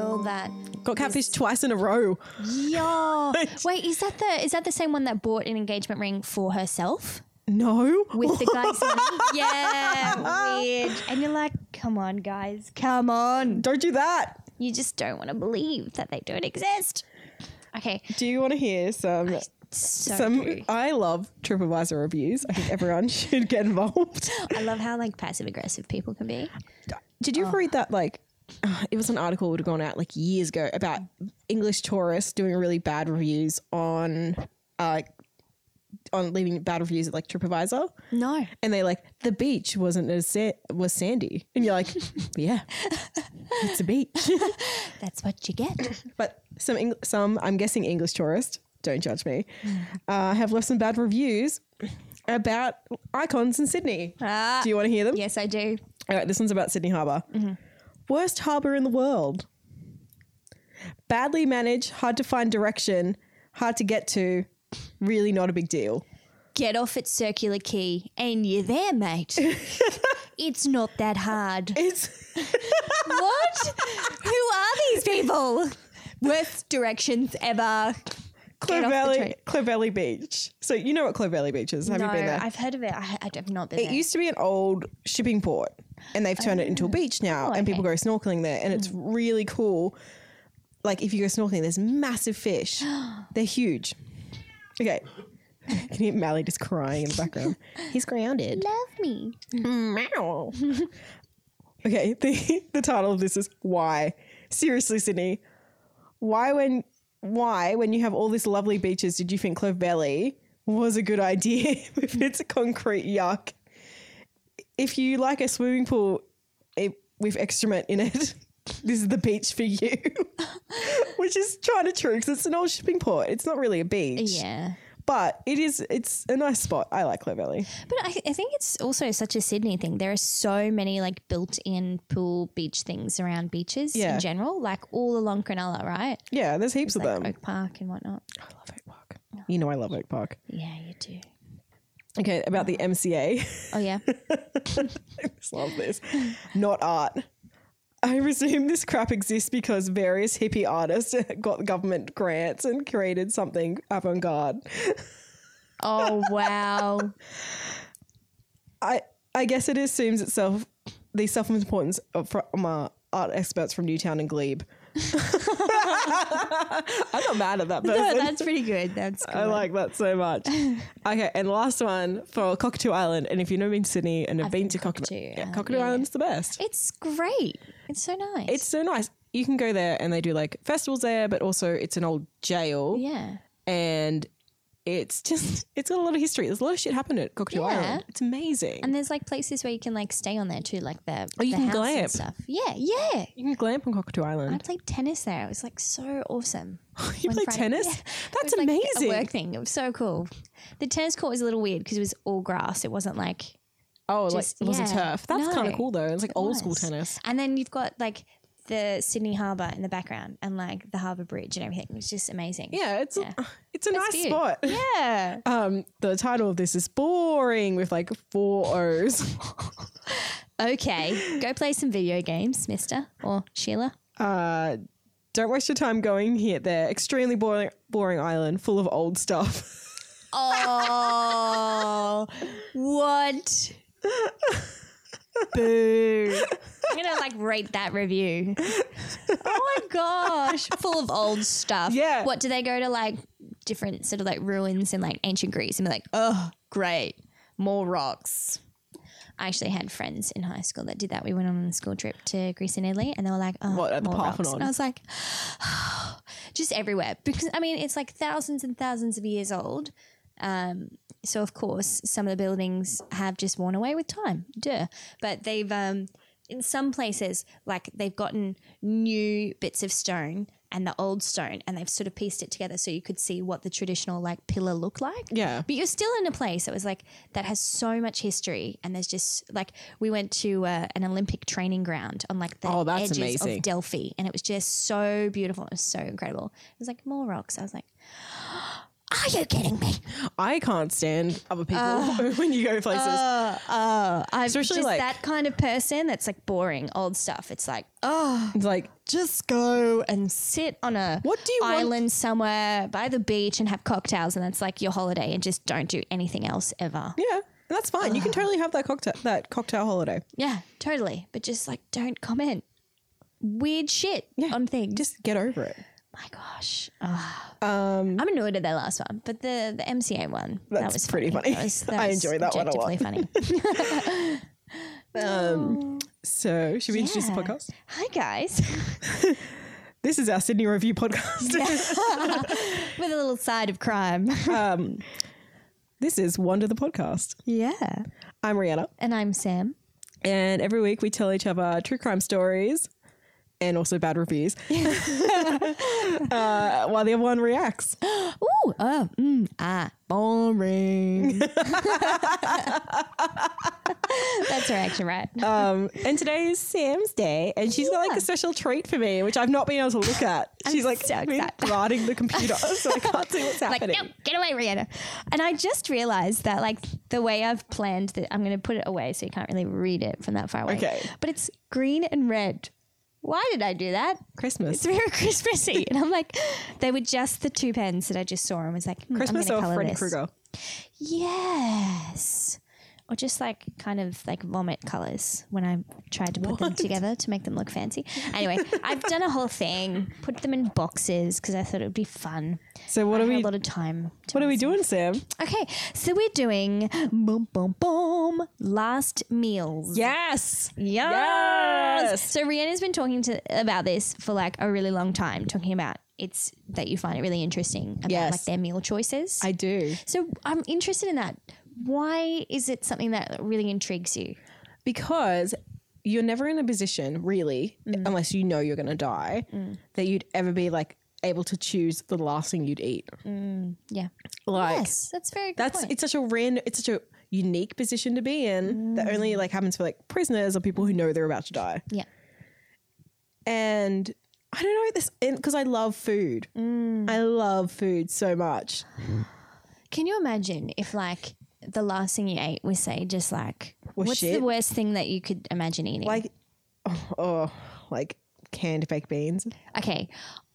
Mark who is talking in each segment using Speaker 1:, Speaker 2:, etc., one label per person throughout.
Speaker 1: Oh,
Speaker 2: Got catfished twice in a row.
Speaker 1: Yeah. Wait, is that the is that the same one that bought an engagement ring for herself
Speaker 2: No.
Speaker 1: with the guy's money? Yeah. Weird. And you're like, come on, guys, come on.
Speaker 2: Don't do that.
Speaker 1: You just don't want to believe that they don't exist. Okay.
Speaker 2: Do you want to hear some
Speaker 1: So
Speaker 2: some
Speaker 1: do.
Speaker 2: I love TripAdvisor reviews. I think everyone should get involved.
Speaker 1: I love how like passive aggressive people can be.
Speaker 2: Did
Speaker 1: Oh.
Speaker 2: you read that like uh, it was an article that would have gone out like years ago about English tourists doing really bad reviews on uh on leaving bad reviews at like TripAdvisor.
Speaker 1: No.
Speaker 2: and they like the beach wasn't as sa- was sandy and you're like yeah it's a beach
Speaker 1: That's what you get.
Speaker 2: but some Eng- some i'm guessing english tourists don't judge me uh, have left some bad reviews about icons in sydney
Speaker 1: Ah. Mm-hmm.
Speaker 2: do you want to hear them
Speaker 1: yes, I do.
Speaker 2: all right this one's about sydney harbour worst harbour in the world badly managed hard to find direction hard to get to really not a big deal
Speaker 1: Get off at Circular Quay and you're there, mate. it's not that hard.
Speaker 2: it's
Speaker 1: what? Who are these people? Worst directions ever. Get off the train.
Speaker 2: Clovelly, Clovelly Beach. So you know what Clovelly Beach is? Have
Speaker 1: no,
Speaker 2: you been there?
Speaker 1: I've heard of it. I, I have not been
Speaker 2: It
Speaker 1: there.
Speaker 2: used to be an old shipping port, and they've turned it into a beach now, and people go snorkeling there, and it's really cool. Like if you go snorkeling, there's massive fish. They're huge. Okay, can you hear Mally just crying in the background? He's grounded.
Speaker 1: Love me.
Speaker 2: Meow. okay, the the title of this is why. Seriously, Sydney, why when why when you have all these lovely beaches did you think Clove Valley was a good idea if it's a concrete yuck? If you like a swimming pool it, with excrement in it, this is the beach for you. Which is trying to true because it's an old shipping port. It's not really a beach,
Speaker 1: Yeah.
Speaker 2: but it is. It's a nice spot. I like Clove Valley.
Speaker 1: But I, I think it's also such a Sydney thing. There are so many like built-in pool beach things around beaches
Speaker 2: Yeah.
Speaker 1: in general, like all along Cronulla, right?
Speaker 2: Yeah, there's heaps of them.
Speaker 1: Like Oak Park and whatnot.
Speaker 2: I love Oak Park. You know I love Oak Park.
Speaker 1: Yeah, you do.
Speaker 2: Okay, about the MCA.
Speaker 1: Oh yeah.
Speaker 2: I just love this. Not art. I presume this crap exists because various hippie artists got government grants and created something avant garde.
Speaker 1: Oh wow.
Speaker 2: I I guess it assumes itself the self importance of from uh, art experts from Newtown and Glebe. I'm not mad at that person.
Speaker 1: No, that's pretty good. That's good.
Speaker 2: I like that so much. okay, and last one for Cockatoo Island. And if you've never been to Sydney and have been,
Speaker 1: been
Speaker 2: to
Speaker 1: to
Speaker 2: Cockatoo,
Speaker 1: Cockatoo
Speaker 2: yeah,
Speaker 1: Island,
Speaker 2: Cockatoo
Speaker 1: yeah.
Speaker 2: Island's the best.
Speaker 1: It's great. It's so nice.
Speaker 2: It's so nice. You can go there and they do like festivals there, but also it's an old jail
Speaker 1: yeah.
Speaker 2: and it's just it's got a lot of history. There's a lot of shit happened at Cockatoo
Speaker 1: Yeah.
Speaker 2: Island. It's amazing.
Speaker 1: And there's like places where you can like stay on there too, like the
Speaker 2: Oh, you
Speaker 1: the
Speaker 2: can
Speaker 1: house
Speaker 2: glamp.
Speaker 1: and stuff. Yeah, yeah.
Speaker 2: you can glamp on Cockatoo
Speaker 1: I
Speaker 2: Island.
Speaker 1: played tennis there. It was like so awesome.
Speaker 2: you
Speaker 1: one
Speaker 2: play
Speaker 1: Friday.
Speaker 2: tennis?
Speaker 1: Yeah.
Speaker 2: That's
Speaker 1: It was, like,
Speaker 2: amazing.
Speaker 1: a work thing. It was so cool. The tennis court was a little weird because it was all grass. It wasn't like
Speaker 2: oh,
Speaker 1: Just-
Speaker 2: like it wasn't
Speaker 1: yeah.
Speaker 2: turf. That's kind of
Speaker 1: No.
Speaker 2: cool though. It's like old school
Speaker 1: was.
Speaker 2: tennis.
Speaker 1: And then you've got like the Sydney Harbour in the background and like the Harbour Bridge and everything. It was just amazing.
Speaker 2: Yeah, it's
Speaker 1: Yeah.
Speaker 2: it's a nice
Speaker 1: cute.
Speaker 2: spot.
Speaker 1: Yeah.
Speaker 2: Um, the title of this is boring with like four O's.
Speaker 1: Okay. Go play some video games, Mister or Sheila.
Speaker 2: Uh, don't waste your time going here. There, extremely boring, boring island full of old stuff.
Speaker 1: Oh, what? Boo. I'm going to like rate that review. Oh my gosh. Full of old stuff.
Speaker 2: Yeah.
Speaker 1: What do they go to like different sort of like ruins in like ancient Greece and be like, oh, great. More rocks. I actually had friends in high school that did that. We went on a school trip to Greece and Italy and they were like, oh,
Speaker 2: What, at the
Speaker 1: more rocks.
Speaker 2: Parthenon?
Speaker 1: And I was like, just everywhere because I mean it's like thousands and thousands of years old. Um, so of course some of the buildings have just worn away with time, duh. But they've um, in some places like they've gotten new bits of stone and the old stone and they've sort of pieced it together so you could see what the traditional like pillar looked like.
Speaker 2: Yeah.
Speaker 1: But you're still in a place that was like that has so much history, and there's just like we went to uh, an Olympic training ground on like the
Speaker 2: Oh, that's
Speaker 1: edges
Speaker 2: amazing.
Speaker 1: of Delphi, and it was just so beautiful. It was so incredible. It was like more rocks. I was like, Are you kidding me?
Speaker 2: I can't stand other people
Speaker 1: Uh,
Speaker 2: when you go places.
Speaker 1: I'm
Speaker 2: Especially,
Speaker 1: just
Speaker 2: like-
Speaker 1: that kind of person that's like boring old stuff. It's like, oh,
Speaker 2: it's like,
Speaker 1: just go and sit on a
Speaker 2: What do you want-
Speaker 1: island somewhere by the beach and have cocktails, and that's like your holiday, and just don't do anything else ever.
Speaker 2: yeah, and that's fine.
Speaker 1: Uh.
Speaker 2: You can totally have that cocktail that cocktail holiday.
Speaker 1: Yeah, totally. But just like don't comment weird shit
Speaker 2: Yeah,
Speaker 1: on things.
Speaker 2: Just get over it.
Speaker 1: my gosh. Ah. I'm annoyed at that last one, but the the MCA one that
Speaker 2: That's
Speaker 1: was
Speaker 2: pretty funny.
Speaker 1: That was,
Speaker 2: I enjoy that one a lot.
Speaker 1: objectively funny.
Speaker 2: So, should we introduce the
Speaker 1: Yeah.
Speaker 2: podcast?
Speaker 1: Hi guys,
Speaker 2: This is our Sydney review podcast.
Speaker 1: with a little side of crime.
Speaker 2: this is Wonder the podcast.
Speaker 1: yeah,
Speaker 2: I'm Rihanna,
Speaker 1: and I'm Sam.
Speaker 2: and every week we tell each other true crime stories and also bad reviews uh, while the other one reacts.
Speaker 1: Ooh, oh, mm, ah, boring. That's her action, right?
Speaker 2: Um, and today is Sam's day, and she's got like
Speaker 1: Yeah.
Speaker 2: a special treat for me, which I've not been able to look at. she's like
Speaker 1: so
Speaker 2: been
Speaker 1: excited.
Speaker 2: guarding the computer, so I can't see what's
Speaker 1: like,
Speaker 2: happening.
Speaker 1: no, get away, Rihanna. And I just realized that, like, the way I've planned that, I'm going to put it away so you can't really read it from that far away.
Speaker 2: Okay.
Speaker 1: But it's green and red. Why did I do that?
Speaker 2: Christmas,
Speaker 1: It's very Christmassy. and I'm like, they were just the two pens that I just saw and was like, hmm,
Speaker 2: Christmas
Speaker 1: I'm
Speaker 2: or
Speaker 1: gonna color
Speaker 2: Freddy
Speaker 1: this.
Speaker 2: Krueger?
Speaker 1: Yes. Or just like kind of like vomit colors when I tried to put them together to make them look fancy. Anyway, I've done a whole thing, put them in boxes because I thought it would be fun.
Speaker 2: So what
Speaker 1: I
Speaker 2: are
Speaker 1: had
Speaker 2: we?
Speaker 1: a lot of time. to
Speaker 2: What are we
Speaker 1: myself.
Speaker 2: doing, Sam?
Speaker 1: Okay, so we're doing boom, boom, boom, last meals.
Speaker 2: Yes.
Speaker 1: Yes.
Speaker 2: Yes.
Speaker 1: So Rihanna's been talking to about this for like a really long time, talking about it's that you find it really interesting about
Speaker 2: Yes.
Speaker 1: like their meal choices.
Speaker 2: I do.
Speaker 1: so I'm interested in that. Why is it something that really intrigues you?
Speaker 2: because you're never in a position really unless you know you're going to die that you'd ever be like able to choose the last thing you'd eat
Speaker 1: Yeah.
Speaker 2: like
Speaker 1: yes, that's very good
Speaker 2: that's
Speaker 1: point.
Speaker 2: it's such a random it's such a unique position to be in that only like happens for like prisoners or people who know they're about to die
Speaker 1: Yeah.
Speaker 2: and i don't know this because i love food i love food so much
Speaker 1: Can you imagine if like the last thing you ate was say just like
Speaker 2: Was
Speaker 1: what's
Speaker 2: shit?
Speaker 1: the worst thing that you could imagine eating?
Speaker 2: like oh, oh like canned baked beans
Speaker 1: Okay,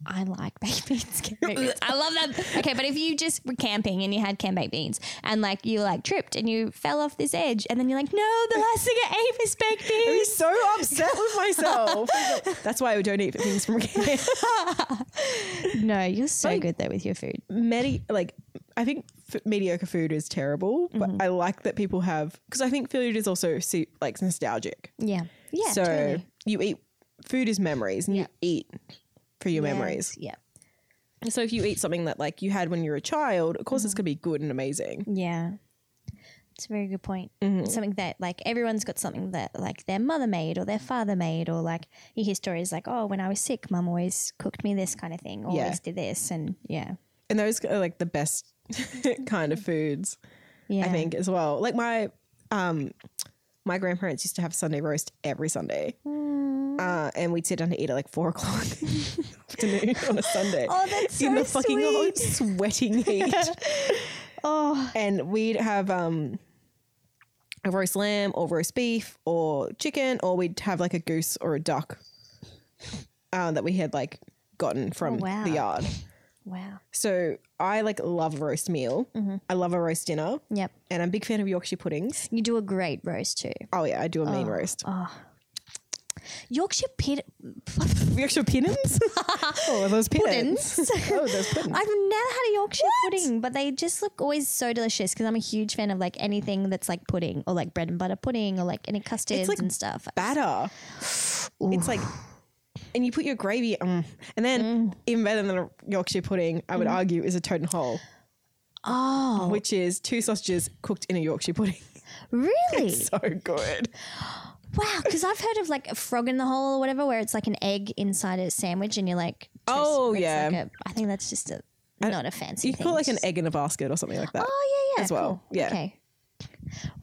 Speaker 1: I like baked beans. canned baked beans. I love them. Okay, but if you just were camping and you had canned baked beans and like you like tripped and you fell off this edge and then you're like, no, the last thing I ate was baked
Speaker 2: I'd be
Speaker 1: beans.
Speaker 2: so upset with myself. That's why I don't eat things from canned.
Speaker 1: No, you're so good though with your food.
Speaker 2: medi- like I think f- mediocre food is terrible, but
Speaker 1: Mm-hmm.
Speaker 2: I like that people have because I think food is also su- like nostalgic.
Speaker 1: Yeah, yeah,
Speaker 2: so
Speaker 1: totally.
Speaker 2: you eat food is memories, and
Speaker 1: Yeah.
Speaker 2: you eat for your
Speaker 1: Yeah,
Speaker 2: memories.
Speaker 1: Yeah,
Speaker 2: So if you eat something that like you had when you were a child, of course
Speaker 1: Mm-hmm.
Speaker 2: it's gonna be good and amazing.
Speaker 1: yeah. It's a very good point.
Speaker 2: Mm-hmm.
Speaker 1: Something that like everyone's got something that like their mother made or their father made or like you hear stories like, oh, when I was sick, mum always cooked me this kind of thing, always did this, and yeah,
Speaker 2: And those are like the best kind of foods.
Speaker 1: yeah.
Speaker 2: I think as well. Like my um my grandparents used to have Sunday roast every Sunday.
Speaker 1: Mm.
Speaker 2: Uh, and we'd sit down to eat at like four o'clock in the afternoon on a Sunday.
Speaker 1: Oh, that's
Speaker 2: in
Speaker 1: so
Speaker 2: the fucking hot, sweating heat.
Speaker 1: Oh.
Speaker 2: And we'd have um a roast lamb or roast beef or chicken, or we'd have like a goose or a duck uh, that we had like gotten from
Speaker 1: Oh, wow.
Speaker 2: the yard.
Speaker 1: Wow.
Speaker 2: So I like love a roast meal.
Speaker 1: Mm-hmm.
Speaker 2: I love a roast dinner.
Speaker 1: Yep.
Speaker 2: And I'm a big fan of Yorkshire puddings.
Speaker 1: You do a great roast too.
Speaker 2: Oh yeah, I do a mean roast.
Speaker 1: um, Yorkshire pit.
Speaker 2: Yorkshire pinnins? oh, are those pinnins? oh, those puddings.
Speaker 1: I've never had a Yorkshire pudding, but they just look always so delicious because I'm a huge fan of like anything that's like pudding or like bread and butter pudding or like any custards
Speaker 2: like
Speaker 1: and stuff.
Speaker 2: Batter. It's like, and you put your gravy, um, and then
Speaker 1: Mm.
Speaker 2: even better than a Yorkshire pudding, I would argue, is a toad and hole,
Speaker 1: Oh,
Speaker 2: which is two sausages cooked in a Yorkshire pudding.
Speaker 1: really?
Speaker 2: so good.
Speaker 1: Wow. Because I've heard of like a frog in the hole or whatever where it's like an egg inside a sandwich and you're like, toast-
Speaker 2: Oh,
Speaker 1: it's
Speaker 2: yeah.
Speaker 1: like a- I think that's just a not a fancy
Speaker 2: You
Speaker 1: thing.
Speaker 2: could call it like
Speaker 1: it's
Speaker 2: an
Speaker 1: just-
Speaker 2: egg in a basket or something like that.
Speaker 1: Oh, yeah, yeah.
Speaker 2: as well.
Speaker 1: cool.
Speaker 2: Yeah.
Speaker 1: Okay.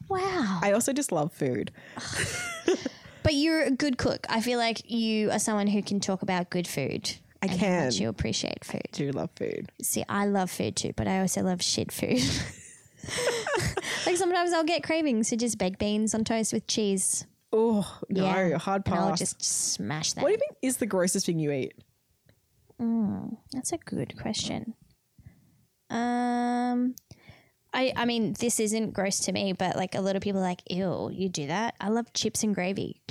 Speaker 1: Wow.
Speaker 2: I also just love food.
Speaker 1: But you're a good cook. I feel like you are someone who can talk about good food
Speaker 2: I
Speaker 1: and how
Speaker 2: can.
Speaker 1: much you appreciate food.
Speaker 2: do love food.
Speaker 1: See, I love food too, but I also love shit food. like sometimes I'll get cravings to just baked beans on toast with cheese.
Speaker 2: Oh no,
Speaker 1: Yeah.
Speaker 2: hard
Speaker 1: And I'll
Speaker 2: pass.
Speaker 1: just smash that.
Speaker 2: what do you think is the grossest thing you eat?
Speaker 1: That's a good question. Um, I I mean this isn't gross to me, but like a lot of people are like, ew, you do that. I love chips and gravy.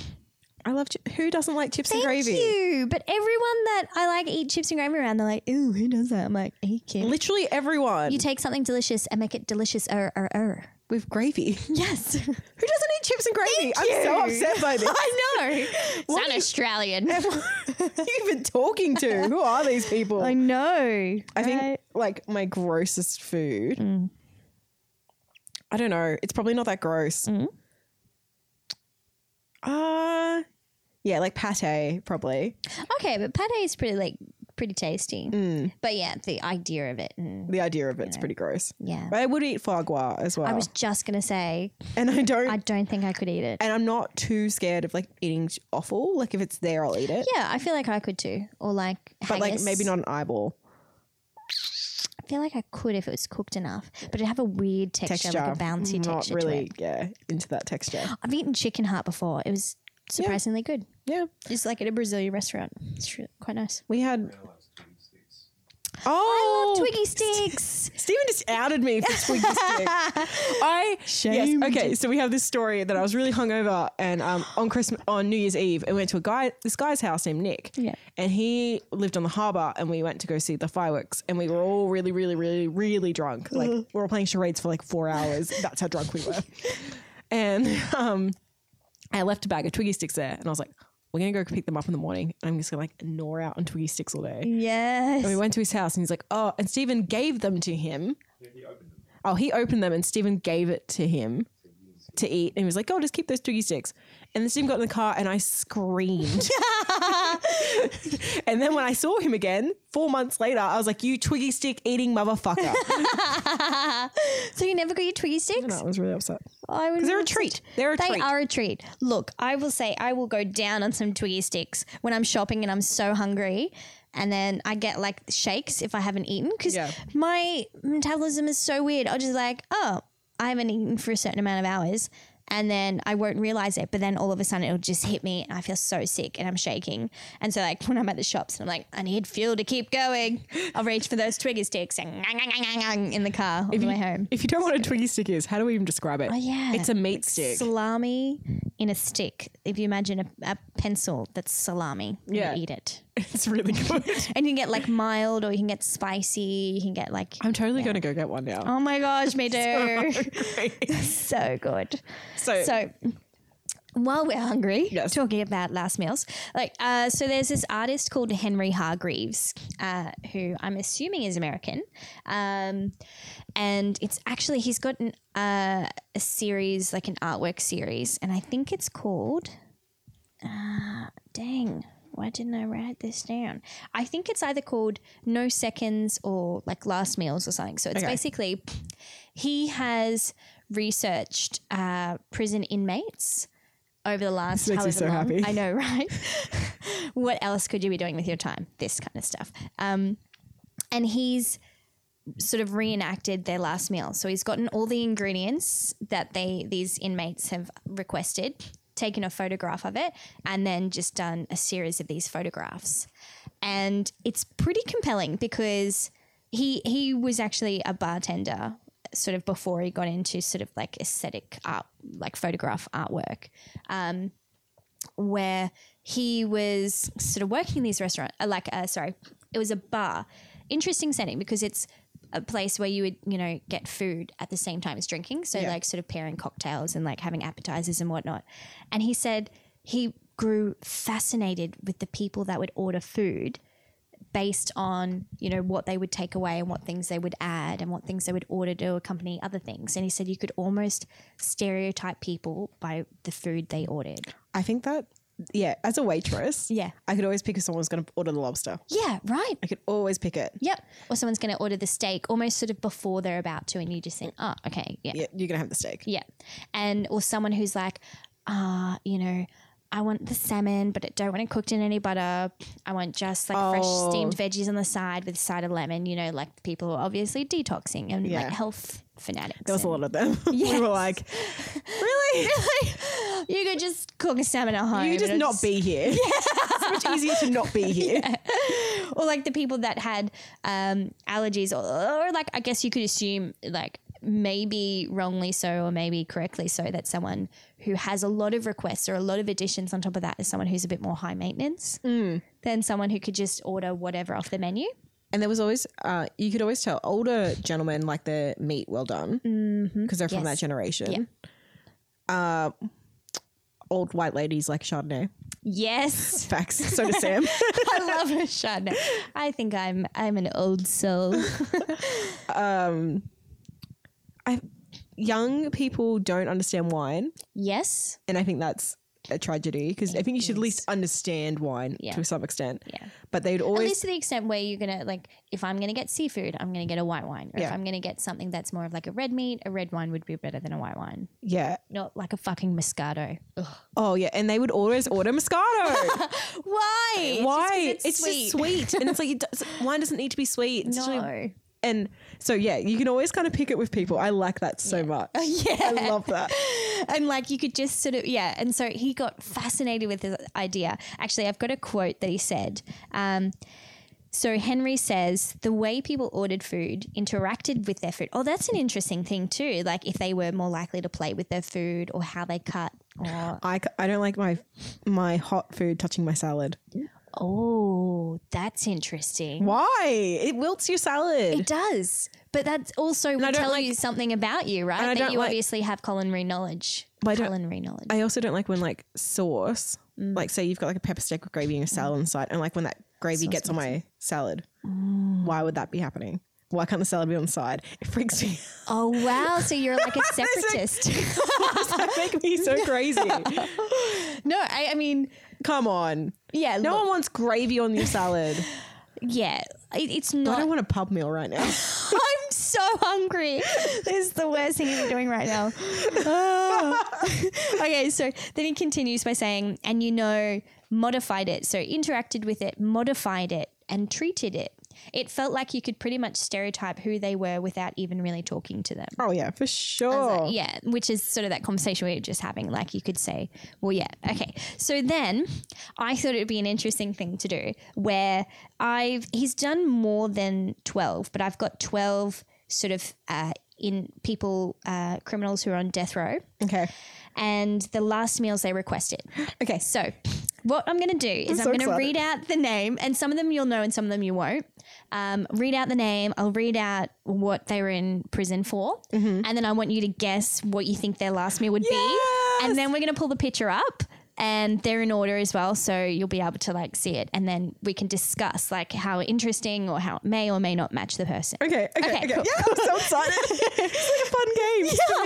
Speaker 2: I love chi- who doesn't like chips
Speaker 1: Thank
Speaker 2: and gravy.
Speaker 1: you. But everyone that I like eat chips and gravy around, they're like, ew, who does that? I'm like, are you kidding?
Speaker 2: Literally everyone
Speaker 1: You take something delicious and make it delicious. Er, er, er.
Speaker 2: with gravy. Who
Speaker 1: Yes,
Speaker 2: doesn't eat chips and gravy? I'm so
Speaker 1: you.
Speaker 2: upset by this.
Speaker 1: I know.
Speaker 2: What
Speaker 1: Sound
Speaker 2: do you-
Speaker 1: Australian.
Speaker 2: You've been talking to who are these people?
Speaker 1: I
Speaker 2: I,
Speaker 1: know. Mm.
Speaker 2: think
Speaker 1: right?
Speaker 2: like my grossest food. I don't know. It's probably not that gross.
Speaker 1: Mm.
Speaker 2: Uh yeah, like pate probably.
Speaker 1: Okay, but pate is pretty like pretty tasty.
Speaker 2: Mm,
Speaker 1: But yeah, the idea of it. And,
Speaker 2: the idea of it's pretty gross.
Speaker 1: yeah.
Speaker 2: But I would eat foie gras as well.
Speaker 1: I was just gonna say
Speaker 2: and I don't
Speaker 1: I don't think I could eat it.
Speaker 2: and I'm not too scared of like eating offal. Like if it's there, I'll eat it.
Speaker 1: Yeah, I feel like I could too. Or like,
Speaker 2: but like
Speaker 1: haggis.
Speaker 2: maybe not an eyeball.
Speaker 1: I feel like I could if it was cooked enough, but it'd have a weird texture,
Speaker 2: Texture.
Speaker 1: like a bouncy
Speaker 2: not
Speaker 1: texture to
Speaker 2: really,
Speaker 1: it.
Speaker 2: yeah, into that texture.
Speaker 1: I've eaten chicken heart before. It was surprisingly good.
Speaker 2: Yeah.
Speaker 1: It's like at a Brazilian restaurant. It's re- quite nice.
Speaker 2: We had
Speaker 1: I
Speaker 2: Oh
Speaker 1: love Twiggy sticks.
Speaker 2: Stephen just outed me for Twiggy Stick. I
Speaker 1: Shamed.
Speaker 2: Yes. Okay, so we have this story that I was really hungover, and um, on Christmas, on New Year's Eve, I went to a guy, this guy's house named Nick.
Speaker 1: Yeah.
Speaker 2: And he lived on the harbour, and we went to go see the fireworks, and we were all really, really, really, really drunk. Like
Speaker 1: Mm-hmm.
Speaker 2: we were all playing charades for like four hours. That's how drunk we were. And um, I left a bag of Twiggy sticks there, and I was like, "We're gonna go pick them up in the morning, and I'm just gonna like gnaw out on Twiggy sticks all day."
Speaker 1: Yes.
Speaker 2: And we went to his house and he's like, oh, and Stephen gave them to him. Oh, he opened them and Stephen gave it to him to eat. And he was like, oh, just keep those Twiggy sticks. And then Stephen got in the car and I screamed. and then when I saw him again, four months later, I was like, you Twiggy stick eating motherfucker.
Speaker 1: so you never got your Twiggy sticks?
Speaker 2: I was really upset.
Speaker 1: I was
Speaker 2: They're a
Speaker 1: not such-
Speaker 2: treat. They're a
Speaker 1: They
Speaker 2: treat.
Speaker 1: are a treat. Look, I will say I will go down on some Twiggy sticks when I'm shopping and I'm so hungry. And then I get like shakes if I haven't eaten because
Speaker 2: Yeah.
Speaker 1: my metabolism is so weird. I'll just like, oh, I haven't eaten for a certain amount of hours. And then I won't realize it. But then all of a sudden it'll just hit me and I feel so sick and I'm shaking. And so, like, when I'm at the shops and I'm like, I need fuel to keep going, I'll reach for those Twiggy sticks and in the car on the way home.
Speaker 2: If you don't know what a Twiggy stick is, how do we even describe it? Oh,
Speaker 1: yeah.
Speaker 2: It's a meat stick.
Speaker 1: salami in a stick. If you imagine a, a pencil that's salami, you
Speaker 2: Yeah.
Speaker 1: eat it.
Speaker 2: it's really good.
Speaker 1: And you can get like mild or you can get spicy. You can get like,
Speaker 2: I'm totally going to go get one now.
Speaker 1: oh my gosh, me too. so good.
Speaker 2: so,
Speaker 1: So while we're hungry,
Speaker 2: Yes.
Speaker 1: talking about last meals, like uh, so, there's this artist called Henry Hargreaves, uh, who I'm assuming is American, um, and it's actually he's got an, uh, a series, like an artwork series, and I think it's called. Uh, dang, why didn't I write this down? I think it's either called No Seconds or like Last Meals or something. So it's
Speaker 2: Okay.
Speaker 1: basically he has researched uh, prison inmates over the last
Speaker 2: makes me
Speaker 1: however
Speaker 2: so
Speaker 1: long.
Speaker 2: happy.
Speaker 1: I know, right? what else could you be doing with your time? This kind of stuff. Um, and he's sort of reenacted their last meal. So he's gotten all the ingredients that they these inmates have requested, taken a photograph of it, and then just done a series of these photographs. And it's pretty compelling because he he was actually a bartender sort of before he got into sort of like aesthetic art like photograph artwork where he was sort of working in these restaurant, uh, like uh, sorry, it was a bar. Interesting setting because it's a place where you would you know get food at the same time as drinking, so
Speaker 2: Yeah.
Speaker 1: like sort of pairing cocktails and like having appetizers and whatnot. And he said he grew fascinated with the people that would order food based on you know what they would take away and what things they would add and what things they would order to accompany other things and he said you could almost stereotype people by the food they ordered
Speaker 2: I think that, yeah, as a waitress,
Speaker 1: Yeah.
Speaker 2: I could always pick if someone's going to order the lobster.
Speaker 1: yeah right
Speaker 2: I could always pick it.
Speaker 1: Yep. Or someone's going to order the steak almost sort of before they're about to, and you just think, oh, okay, yeah, yeah.
Speaker 2: Yeah, you're gonna have the steak.
Speaker 1: And or someone who's like, ah, you know, I want the salmon, but I don't want it cooked in any butter. I want just like fresh
Speaker 2: Oh.
Speaker 1: steamed veggies on the side with a side of lemon, you know, like the people who are obviously detoxing and
Speaker 2: Yeah.
Speaker 1: like health fanatics.
Speaker 2: There was a lot of them. we
Speaker 1: Yes.
Speaker 2: were like, really?
Speaker 1: and- you could just cook a salmon at home.
Speaker 2: You could just
Speaker 1: It'll
Speaker 2: not be here. it's much easier to not be here.
Speaker 1: or like the people that had um, allergies, or, or like I guess you could assume like maybe wrongly so, or maybe correctly so, that someone who has a lot of requests or a lot of additions on top of that is someone who's a bit more high maintenance
Speaker 2: Mm.
Speaker 1: than someone who could just order whatever off the menu.
Speaker 2: And there was always, uh, you could always tell older gentlemen like their meat well done because they're from
Speaker 1: Mm-hmm. Yes.
Speaker 2: that generation. Uh, old white ladies like Chardonnay.
Speaker 1: Yes,
Speaker 2: Facts. So does Sam.
Speaker 1: I love a Chardonnay. I think I'm I'm an old soul.
Speaker 2: I, young people don't understand wine,
Speaker 1: yes,
Speaker 2: and I think that's a tragedy because I think you should at least understand wine
Speaker 1: Yeah.
Speaker 2: to some extent.
Speaker 1: Yeah.
Speaker 2: But
Speaker 1: at
Speaker 2: they'd always
Speaker 1: least to the extent where you're gonna like if i'm gonna get seafood i'm gonna get a white wine or if
Speaker 2: Yeah.
Speaker 1: i'm gonna get something that's more of like a red meat a red wine would be better than a white wine
Speaker 2: yeah.
Speaker 1: not like a fucking moscato Ugh.
Speaker 2: Oh yeah, and they would always order Moscato.
Speaker 1: why It's
Speaker 2: Why?
Speaker 1: just 'cause
Speaker 2: it's just sweet, and it's like it does, wine doesn't need to be sweet. It's actually-
Speaker 1: no
Speaker 2: and so yeah, you can always kind of pick it with people. I like that so much.
Speaker 1: yeah
Speaker 2: I love that.
Speaker 1: and like you could just sort of yeah and so he got fascinated with this idea actually i've got a quote that he said um, so henry says the way people ordered food interacted with their food oh that's an interesting thing too like if they were more likely to play with their food or how they cut or
Speaker 2: I, c- I don't like my my hot food touching my salad.
Speaker 1: oh that's interesting
Speaker 2: Why? It wilts your salad.
Speaker 1: it does but that also
Speaker 2: I
Speaker 1: would
Speaker 2: don't
Speaker 1: tell
Speaker 2: like-
Speaker 1: you something about you right
Speaker 2: I
Speaker 1: that
Speaker 2: don't
Speaker 1: you
Speaker 2: like-
Speaker 1: obviously have culinary knowledge
Speaker 2: But I don't-
Speaker 1: culinary knowledge
Speaker 2: I also don't like when like sauce, like say you've got like a pepper steak with gravy and a salad on the side, and like when that gravy gets on my salad. Why would that be happening? Why can't the salad be on the side? It freaks me.
Speaker 1: oh wow so you're like a separatist
Speaker 2: that makes me so crazy.
Speaker 1: No, I, I mean,
Speaker 2: Come on,
Speaker 1: yeah,
Speaker 2: no
Speaker 1: look,
Speaker 2: one wants gravy on your salad.
Speaker 1: yeah, it, it's
Speaker 2: I
Speaker 1: not.
Speaker 2: don't want a pub meal right now.
Speaker 1: I'm so hungry. This is the worst thing you're doing right now. Oh. okay, so then he continues by saying, and you know, modified it. So interacted with it, modified it, and treated it. It felt like you could pretty much stereotype who they were without even really talking to them.
Speaker 2: Oh yeah, for
Speaker 1: was
Speaker 2: sure.
Speaker 1: like, yeah, which is sort of that conversation we were just having. Like you could say, well, yeah, okay. So then I thought it would be an interesting thing to do where I've, he's done more than 12, but I've got 12 sort of uh, in people, uh, criminals who are on death row
Speaker 2: Okay.
Speaker 1: and the last meals they requested.
Speaker 2: Okay.
Speaker 1: So, what I'm going to do is I'm,
Speaker 2: so
Speaker 1: going to
Speaker 2: excited.
Speaker 1: read out the name, and some of them you'll know and some of them you won't. Um, read out the name, I'll read out what they were in prison for,
Speaker 2: Mm-hmm.
Speaker 1: and then I want you to guess what you think their last meal would be. And then we're going to pull the picture up. And they're in order as well, so you'll be able to like see it, and then we can discuss like how interesting or how it may or may not match the person.
Speaker 2: Okay. Okay.
Speaker 1: Okay,
Speaker 2: Okay.
Speaker 1: cool.
Speaker 2: Yeah, I'm so excited. it's like a fun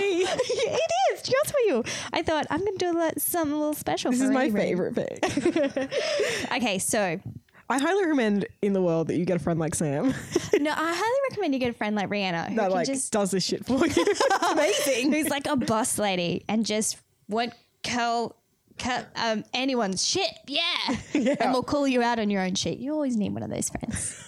Speaker 2: game for me.
Speaker 1: it is just for you. I thought I'm gonna do that some little special.
Speaker 2: This
Speaker 1: for
Speaker 2: is my
Speaker 1: everyone.
Speaker 2: favorite thing.
Speaker 1: Okay, so
Speaker 2: I highly recommend in the world that you get a friend like Sam
Speaker 1: No, I highly recommend you get a friend like Rihanna who
Speaker 2: that
Speaker 1: can
Speaker 2: like
Speaker 1: just
Speaker 2: does this shit for you. Amazing.
Speaker 1: who's like a boss lady and just won't curl, cut um, anyone's shit. Yeah. and will call you out on your own shit. You always need one of those friends.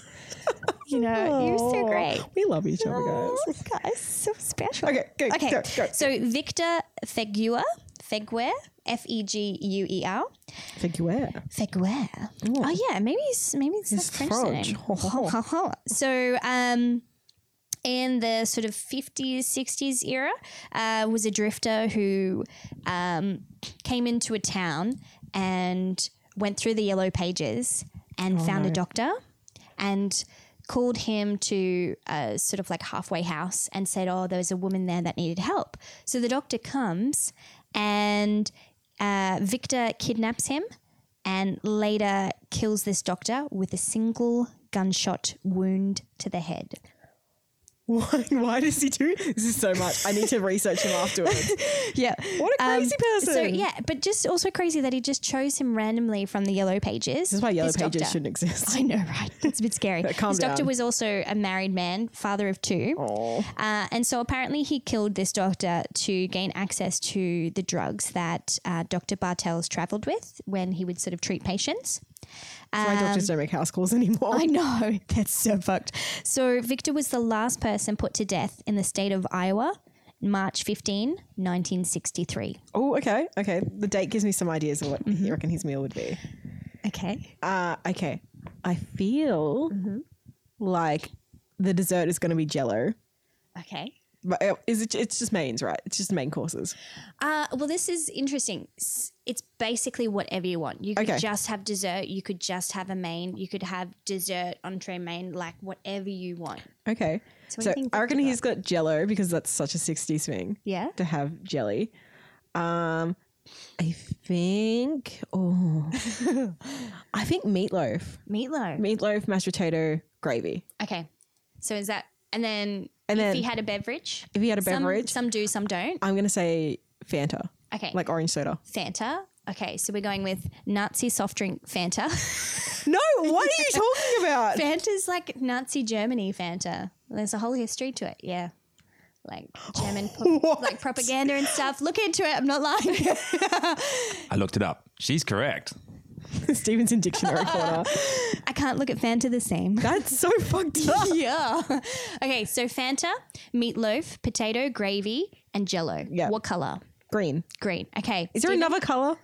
Speaker 1: you know, you're so great.
Speaker 2: We love each other, guys.
Speaker 1: Oh, guys, so special.
Speaker 2: Okay, go,
Speaker 1: okay.
Speaker 2: go, go.
Speaker 1: So Victor Feguer, Feguer, F E G U E R,
Speaker 2: Thank you. Where?
Speaker 1: Feguer. Oh yeah, maybe he's maybe it's
Speaker 2: He's
Speaker 1: a French name.
Speaker 2: French.
Speaker 1: so um in the sort of 50s 60s era uh, was a drifter who um, came into a town and went through the yellow pages and found a doctor and called him to a sort of like halfway house and said oh there was a woman there that needed help so the doctor comes and uh, victor kidnaps him and later kills this doctor with a single gunshot wound to the head
Speaker 2: Why, why does he do this? Is so much. I need to research him afterwards.
Speaker 1: Yeah.
Speaker 2: What a
Speaker 1: Um,
Speaker 2: crazy person.
Speaker 1: So yeah, but just also crazy that he just chose him randomly from the yellow pages.
Speaker 2: This is why yellow
Speaker 1: this
Speaker 2: pages
Speaker 1: doctor.
Speaker 2: shouldn't exist.
Speaker 1: I know, right? It's a bit scary. this
Speaker 2: calm
Speaker 1: doctor
Speaker 2: down.
Speaker 1: was also a married man, father of two.
Speaker 2: Oh,
Speaker 1: Uh, and so apparently he killed this doctor to gain access to the drugs that uh, Dr. Bartels traveled with when he would sort of treat patients.
Speaker 2: my doctors don't make house calls anymore.
Speaker 1: Um, I know. That's so fucked. So Victor was the last person put to death in the state of Iowa, March 15, 1963.
Speaker 2: oh, okay, okay. The date gives me some ideas of what
Speaker 1: Mm-hmm.
Speaker 2: you reckon his meal would be.
Speaker 1: Okay.
Speaker 2: Uh, okay, I feel
Speaker 1: Mm-hmm.
Speaker 2: like the dessert is going to be Jello,
Speaker 1: Okay.
Speaker 2: but uh, is it? It's just mains, right? It's just main courses.
Speaker 1: Uh, well, this is interesting. S- It's basically whatever you want. You could
Speaker 2: Okay.
Speaker 1: just have dessert. You could just have a main. You could have dessert, entree, main, like whatever you want.
Speaker 2: Okay,
Speaker 1: So what do you
Speaker 2: so
Speaker 1: think
Speaker 2: I reckon
Speaker 1: Victor
Speaker 2: he's got Jello because that's such a '60s thing.
Speaker 1: Yeah.
Speaker 2: to have jelly. Um, I think. Oh, I think meatloaf,
Speaker 1: Meatloaf.
Speaker 2: meatloaf, mashed potato, gravy.
Speaker 1: okay. So is that and then
Speaker 2: And
Speaker 1: if
Speaker 2: then-
Speaker 1: he had a beverage?
Speaker 2: If you had a
Speaker 1: some-
Speaker 2: beverage,
Speaker 1: Some, do, some don't.
Speaker 2: I'm gonna say Fanta,
Speaker 1: Okay.
Speaker 2: like orange soda.
Speaker 1: Fanta. Okay, so we're going with Nazi soft drink Fanta.
Speaker 2: No, what are you talking about?
Speaker 1: Fanta's like Nazi Germany Fanta. There's a whole history to it. Yeah. Like German pro-
Speaker 2: What?
Speaker 1: like propaganda and stuff. Look into it. I'm not lying.
Speaker 3: I looked it up. She's correct.
Speaker 2: Stevenson Dictionary Corner.
Speaker 1: I can't look at Fanta the same.
Speaker 2: That's so fucked up.
Speaker 1: yeah. Okay, so Fanta, meatloaf, potato, gravy, and jello.
Speaker 2: Yeah.
Speaker 1: What color?
Speaker 2: Green.
Speaker 1: Green. Okay.
Speaker 2: Is there another color?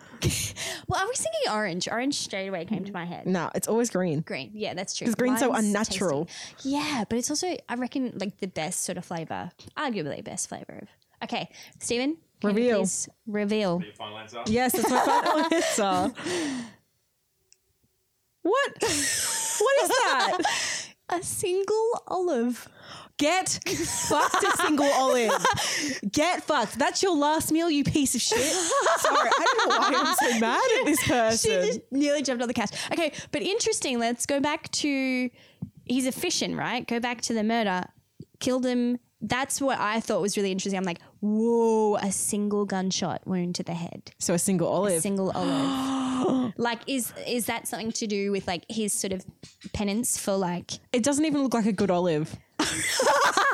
Speaker 1: Well, I was thinking orange. Orange straight away came to my head.
Speaker 2: No, it's always green.
Speaker 1: Green. Yeah, that's true.
Speaker 2: 'Cause green's Mm-hmm. so unnatural.
Speaker 1: tasty. Yeah, but it's also, I reckon, like the best sort of flavor, arguably best flavor of. Okay, Stephen, can you
Speaker 2: Reveal.
Speaker 1: please reveal.
Speaker 3: Final answer.
Speaker 2: Yes, that's my final answer. What? What is that?
Speaker 1: A single olive.
Speaker 2: Get fucked a single olive. Get fucked. That's your last meal, you piece of shit. Sorry, I don't know why I'm so mad at this
Speaker 1: She
Speaker 2: person.
Speaker 1: just nearly jumped on the couch. Okay, but interesting. Let's go back to he's a fission, right? Go back to the murder. Killed him. That's what I thought was really interesting. I'm like, whoa, a single gunshot wound to the head.
Speaker 2: so a single olive.
Speaker 1: single olive. like, is is that something to do with like his sort of penance for like?
Speaker 2: it doesn't even look like a good olive.
Speaker 1: I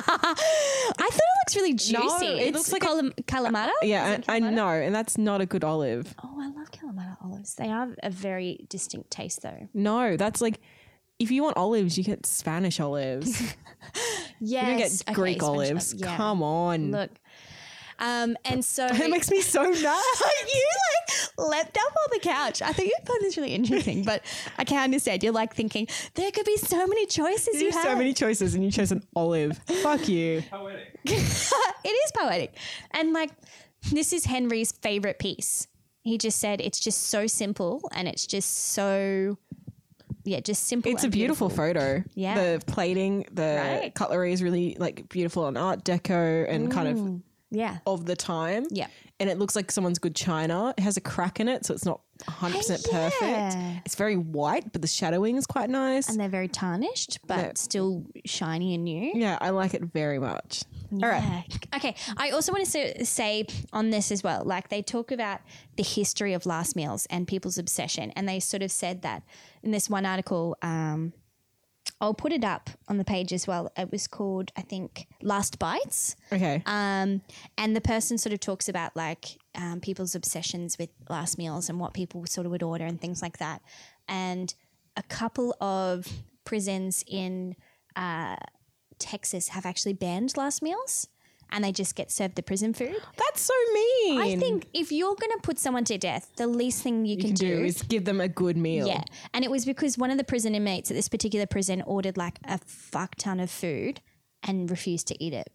Speaker 1: thought it looks really juicy.
Speaker 2: it
Speaker 1: it
Speaker 2: looks
Speaker 1: looks
Speaker 2: like
Speaker 1: like
Speaker 2: a-
Speaker 1: calam- calamata. Is
Speaker 2: Yeah,
Speaker 1: it
Speaker 2: I, I
Speaker 1: calamata?
Speaker 2: know, and that's not a good olive.
Speaker 1: Oh, I love calamata olives. They are a very distinct taste, though.
Speaker 2: No, that's like if you want olives, you get Spanish olives.
Speaker 1: Yes,
Speaker 2: You don't get
Speaker 1: okay,
Speaker 2: Greek
Speaker 1: sponge-
Speaker 2: olives.
Speaker 1: yeah.
Speaker 2: Come on.
Speaker 1: look. Um, and so
Speaker 2: It makes me so mad.
Speaker 1: you like leapt up on the couch. I think you found this really interesting, but I can understand. You're like thinking there could be so many choices you
Speaker 2: You have
Speaker 1: have.
Speaker 2: so many choices, and you chose an olive. Fuck you.
Speaker 1: it is poetic. And like, this is Henry's favorite piece. He just said it's just so simple and it's just so, yeah, just simple.
Speaker 2: It's a
Speaker 1: and
Speaker 2: beautiful, photo.
Speaker 1: Yeah.
Speaker 2: The plating, the
Speaker 1: Right.
Speaker 2: cutlery is really like beautiful and art deco and kind of
Speaker 1: Yeah.
Speaker 2: of the time.
Speaker 1: Mm. Yeah.
Speaker 2: And it looks like someone's good china. It has a crack in it, so it's not 100%
Speaker 1: Yeah.
Speaker 2: perfect. It's very white, but the shadowing is quite nice.
Speaker 1: And they're very tarnished, but
Speaker 2: Yeah.
Speaker 1: still shiny and new.
Speaker 2: yeah, I like it very much. All right.
Speaker 1: Yeah. Okay. I also want to say, say on this as well, like they talk about the history of last meals and people's obsession. And they sort of said that in this one article, um, I'll put it up on the page as well. It was called, I think, Last Bites.
Speaker 2: Okay.
Speaker 1: Um, and the person sort of talks about like um, people's obsessions with last meals and what people sort of would order and things like that. And a couple of prisons in uh, Texas have actually banned last meals and they just get served the prison food.
Speaker 2: That's so mean.
Speaker 1: I think if you're going to put someone to death, the least thing you, can,
Speaker 2: You do
Speaker 1: do
Speaker 2: is give them a good meal.
Speaker 1: yeah. And it was because one of the prison inmates at this particular prison ordered like a fuck ton of food and refused to eat it.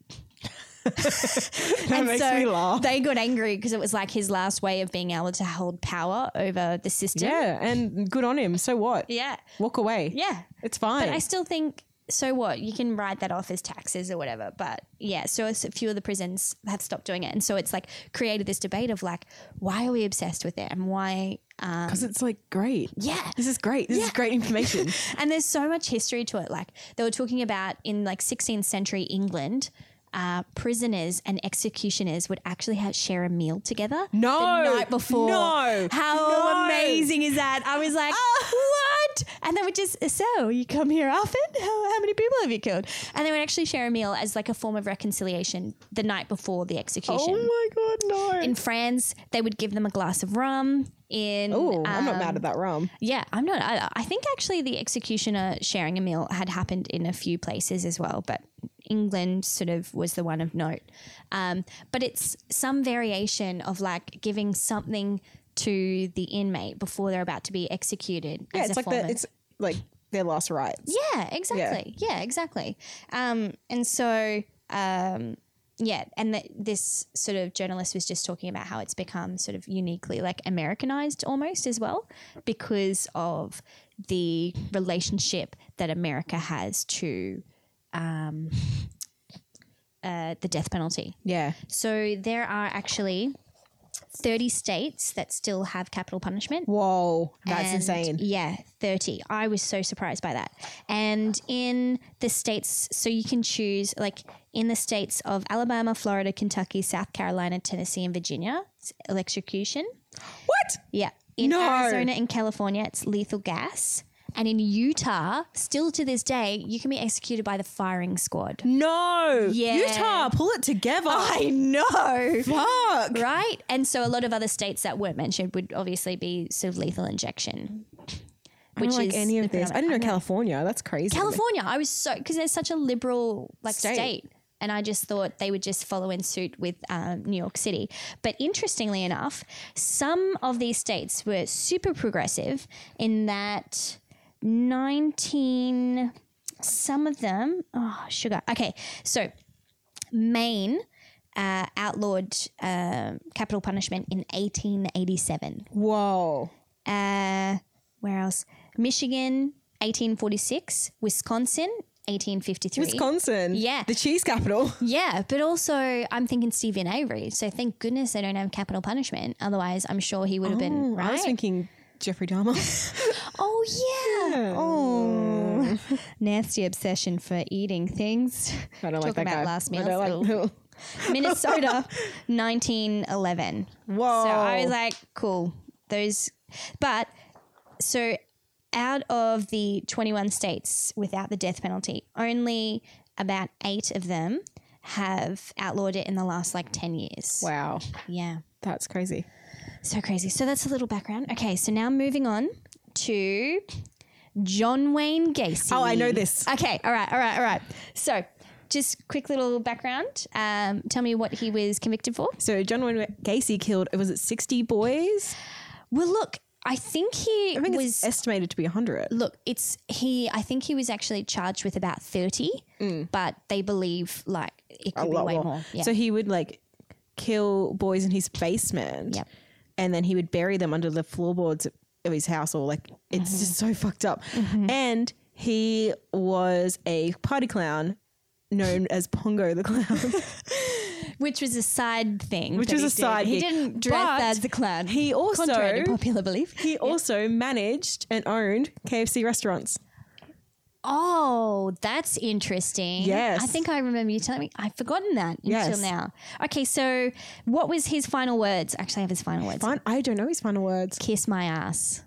Speaker 2: That makes me laugh.
Speaker 1: They got angry because it was like his last way of being able to hold power over the system.
Speaker 2: Yeah, and good on him. So what?
Speaker 1: Yeah.
Speaker 2: Walk away.
Speaker 1: Yeah.
Speaker 2: It's fine.
Speaker 1: But I still think, so what? You can write that off as taxes or whatever. But yeah, so it's- a few of the prisons have stopped doing it. And so it's like created this debate of like, why are we obsessed with it? And why
Speaker 2: Because it's like great.
Speaker 1: Yeah.
Speaker 2: This is great. This is great information.
Speaker 1: and there's so much history to it. Like they were talking about in like 16th century England, uh, prisoners and executioners would actually have, share a meal together.
Speaker 2: No.
Speaker 1: the night before.
Speaker 2: No.
Speaker 1: how
Speaker 2: No. Ah!
Speaker 1: amazing is that? I was like, what? And they would just so you come here often. How, how many people have you killed? And they would actually share a meal as like a form of reconciliation the night before the execution.
Speaker 2: oh my god, no.
Speaker 1: in France, they would give them a glass of rum. In
Speaker 2: oh, I'm not
Speaker 1: um,
Speaker 2: mad at that rum.
Speaker 1: yeah, I'm not either. I think actually the executioner sharing a meal had happened in a few places as well, but England sort of was the one of note. Um, but it's some variation of like giving something to the inmate before they're about to be executed.
Speaker 2: Yeah,
Speaker 1: as
Speaker 2: it's
Speaker 1: a
Speaker 2: like
Speaker 1: form
Speaker 2: the,
Speaker 1: of-
Speaker 2: it's like their last rites.
Speaker 1: yeah, exactly. Yeah, exactly. Um, and so, um, yeah, and th this sort of journalist was just talking about how it's become sort of uniquely like Americanized almost as well because of the relationship that America has to um, uh, the death penalty.
Speaker 2: Yeah.
Speaker 1: So there are actually 30 states that still have capital punishment.
Speaker 2: Whoa, that's
Speaker 1: And,
Speaker 2: insane.
Speaker 1: Yeah, 30. I was so surprised by that. And in the states, so you can choose, like in the states of Alabama, Florida, Kentucky, South Carolina, Tennessee, and Virginia, it's electrocution.
Speaker 2: What?
Speaker 1: Yeah. In
Speaker 2: No.
Speaker 1: Arizona and California, it's lethal gas. And in Utah, still to this day, you can be executed by the firing squad.
Speaker 2: No.
Speaker 1: Yeah.
Speaker 2: Utah, pull it together.
Speaker 1: know.
Speaker 2: Fuck.
Speaker 1: Right? And so a lot of other states that weren't mentioned would obviously be sort of lethal injection. Which
Speaker 2: I don't like
Speaker 1: is the
Speaker 2: any of this.
Speaker 1: predominant-
Speaker 2: I didn't know California. That's crazy.
Speaker 1: California. I was so because there's such a liberal like
Speaker 2: State.
Speaker 1: state. and I just thought they would just follow in suit with um, New York City. But interestingly enough, some of these states were super progressive in that 19. Some of them, oh sugar. Okay, so Maine. Uh, outlawed um capital punishment in 1887
Speaker 2: Whoa.
Speaker 1: uh, where else? Michigan, 1846. Wisconsin, 1853.
Speaker 2: Wisconsin.
Speaker 1: Yeah.
Speaker 2: The cheese capital.
Speaker 1: Yeah, but also I'm thinking Stephen Avery. So thank goodness they don't have capital punishment. Otherwise, I'm sure he would have been
Speaker 2: I
Speaker 1: right.
Speaker 2: was thinking Jeffrey Dahmer.
Speaker 1: oh yeah.
Speaker 2: Hmm.
Speaker 1: Oh, nasty obsession for eating things.
Speaker 2: I don't
Speaker 1: Talk
Speaker 2: like that
Speaker 1: about
Speaker 2: guy.
Speaker 1: last
Speaker 2: I
Speaker 1: meal.
Speaker 2: don't like-
Speaker 1: Minnesota, 1911.
Speaker 2: Whoa.
Speaker 1: So I was like, cool. Those, but so out of the 21 states without the death penalty, only about eight of them have outlawed it in the last like 10 years.
Speaker 2: wow.
Speaker 1: Yeah.
Speaker 2: That's crazy.
Speaker 1: So crazy. So that's a little background. Okay. So now moving on to John Wayne Gacy.
Speaker 2: Oh, I know this.
Speaker 1: Okay. All right. All right. All right. So just quick little background. Um, tell me what he was convicted for.
Speaker 2: So John Wayne Gacy killed, was it 60 boys?
Speaker 1: Well, look, I think he
Speaker 2: I think
Speaker 1: was.
Speaker 2: it's estimated to be 100.
Speaker 1: look, it's he. I think he was actually charged with about thirty,
Speaker 2: Mm.
Speaker 1: but they believe like it could be way more. Yeah.
Speaker 2: So he would like kill boys in his basement.
Speaker 1: Yep.
Speaker 2: And then he would bury them under the floorboards of his house or like it's just so fucked up. And he was a party clown known as Pongo the clown.
Speaker 1: which was a side thing.
Speaker 2: Which
Speaker 1: that
Speaker 2: was
Speaker 1: he
Speaker 2: a side
Speaker 1: Did. He
Speaker 2: gig.
Speaker 1: didn't dress
Speaker 2: But
Speaker 1: as the clown.
Speaker 2: he also-
Speaker 1: contrary to popular belief.
Speaker 2: he also managed and owned KFC restaurants.
Speaker 1: Oh, that's interesting.
Speaker 2: Yes.
Speaker 1: I think I remember you telling me. I've forgotten that
Speaker 2: Yes.
Speaker 1: until now. Okay, so what was his final words? Actually, I have his final words.
Speaker 2: Fun. I don't know his final words.
Speaker 1: Kiss my ass.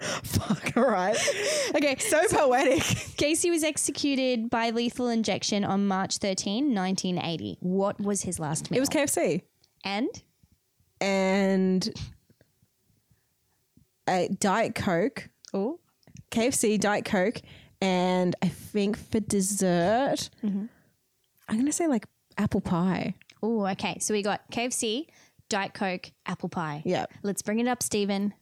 Speaker 2: Fuck, all right. Okay, so poetic.
Speaker 1: Casey was executed by lethal injection on March 13, 1980. What was his last meal?
Speaker 2: It was KFC.
Speaker 1: and
Speaker 2: and a Diet Coke. Oh, KFC Diet Coke, and I think for dessert, I'm gonna say like apple pie.
Speaker 1: oh, okay. So we got KFC, Diet Coke, apple pie.
Speaker 2: Yeah.
Speaker 1: Let's bring it up, Stephen.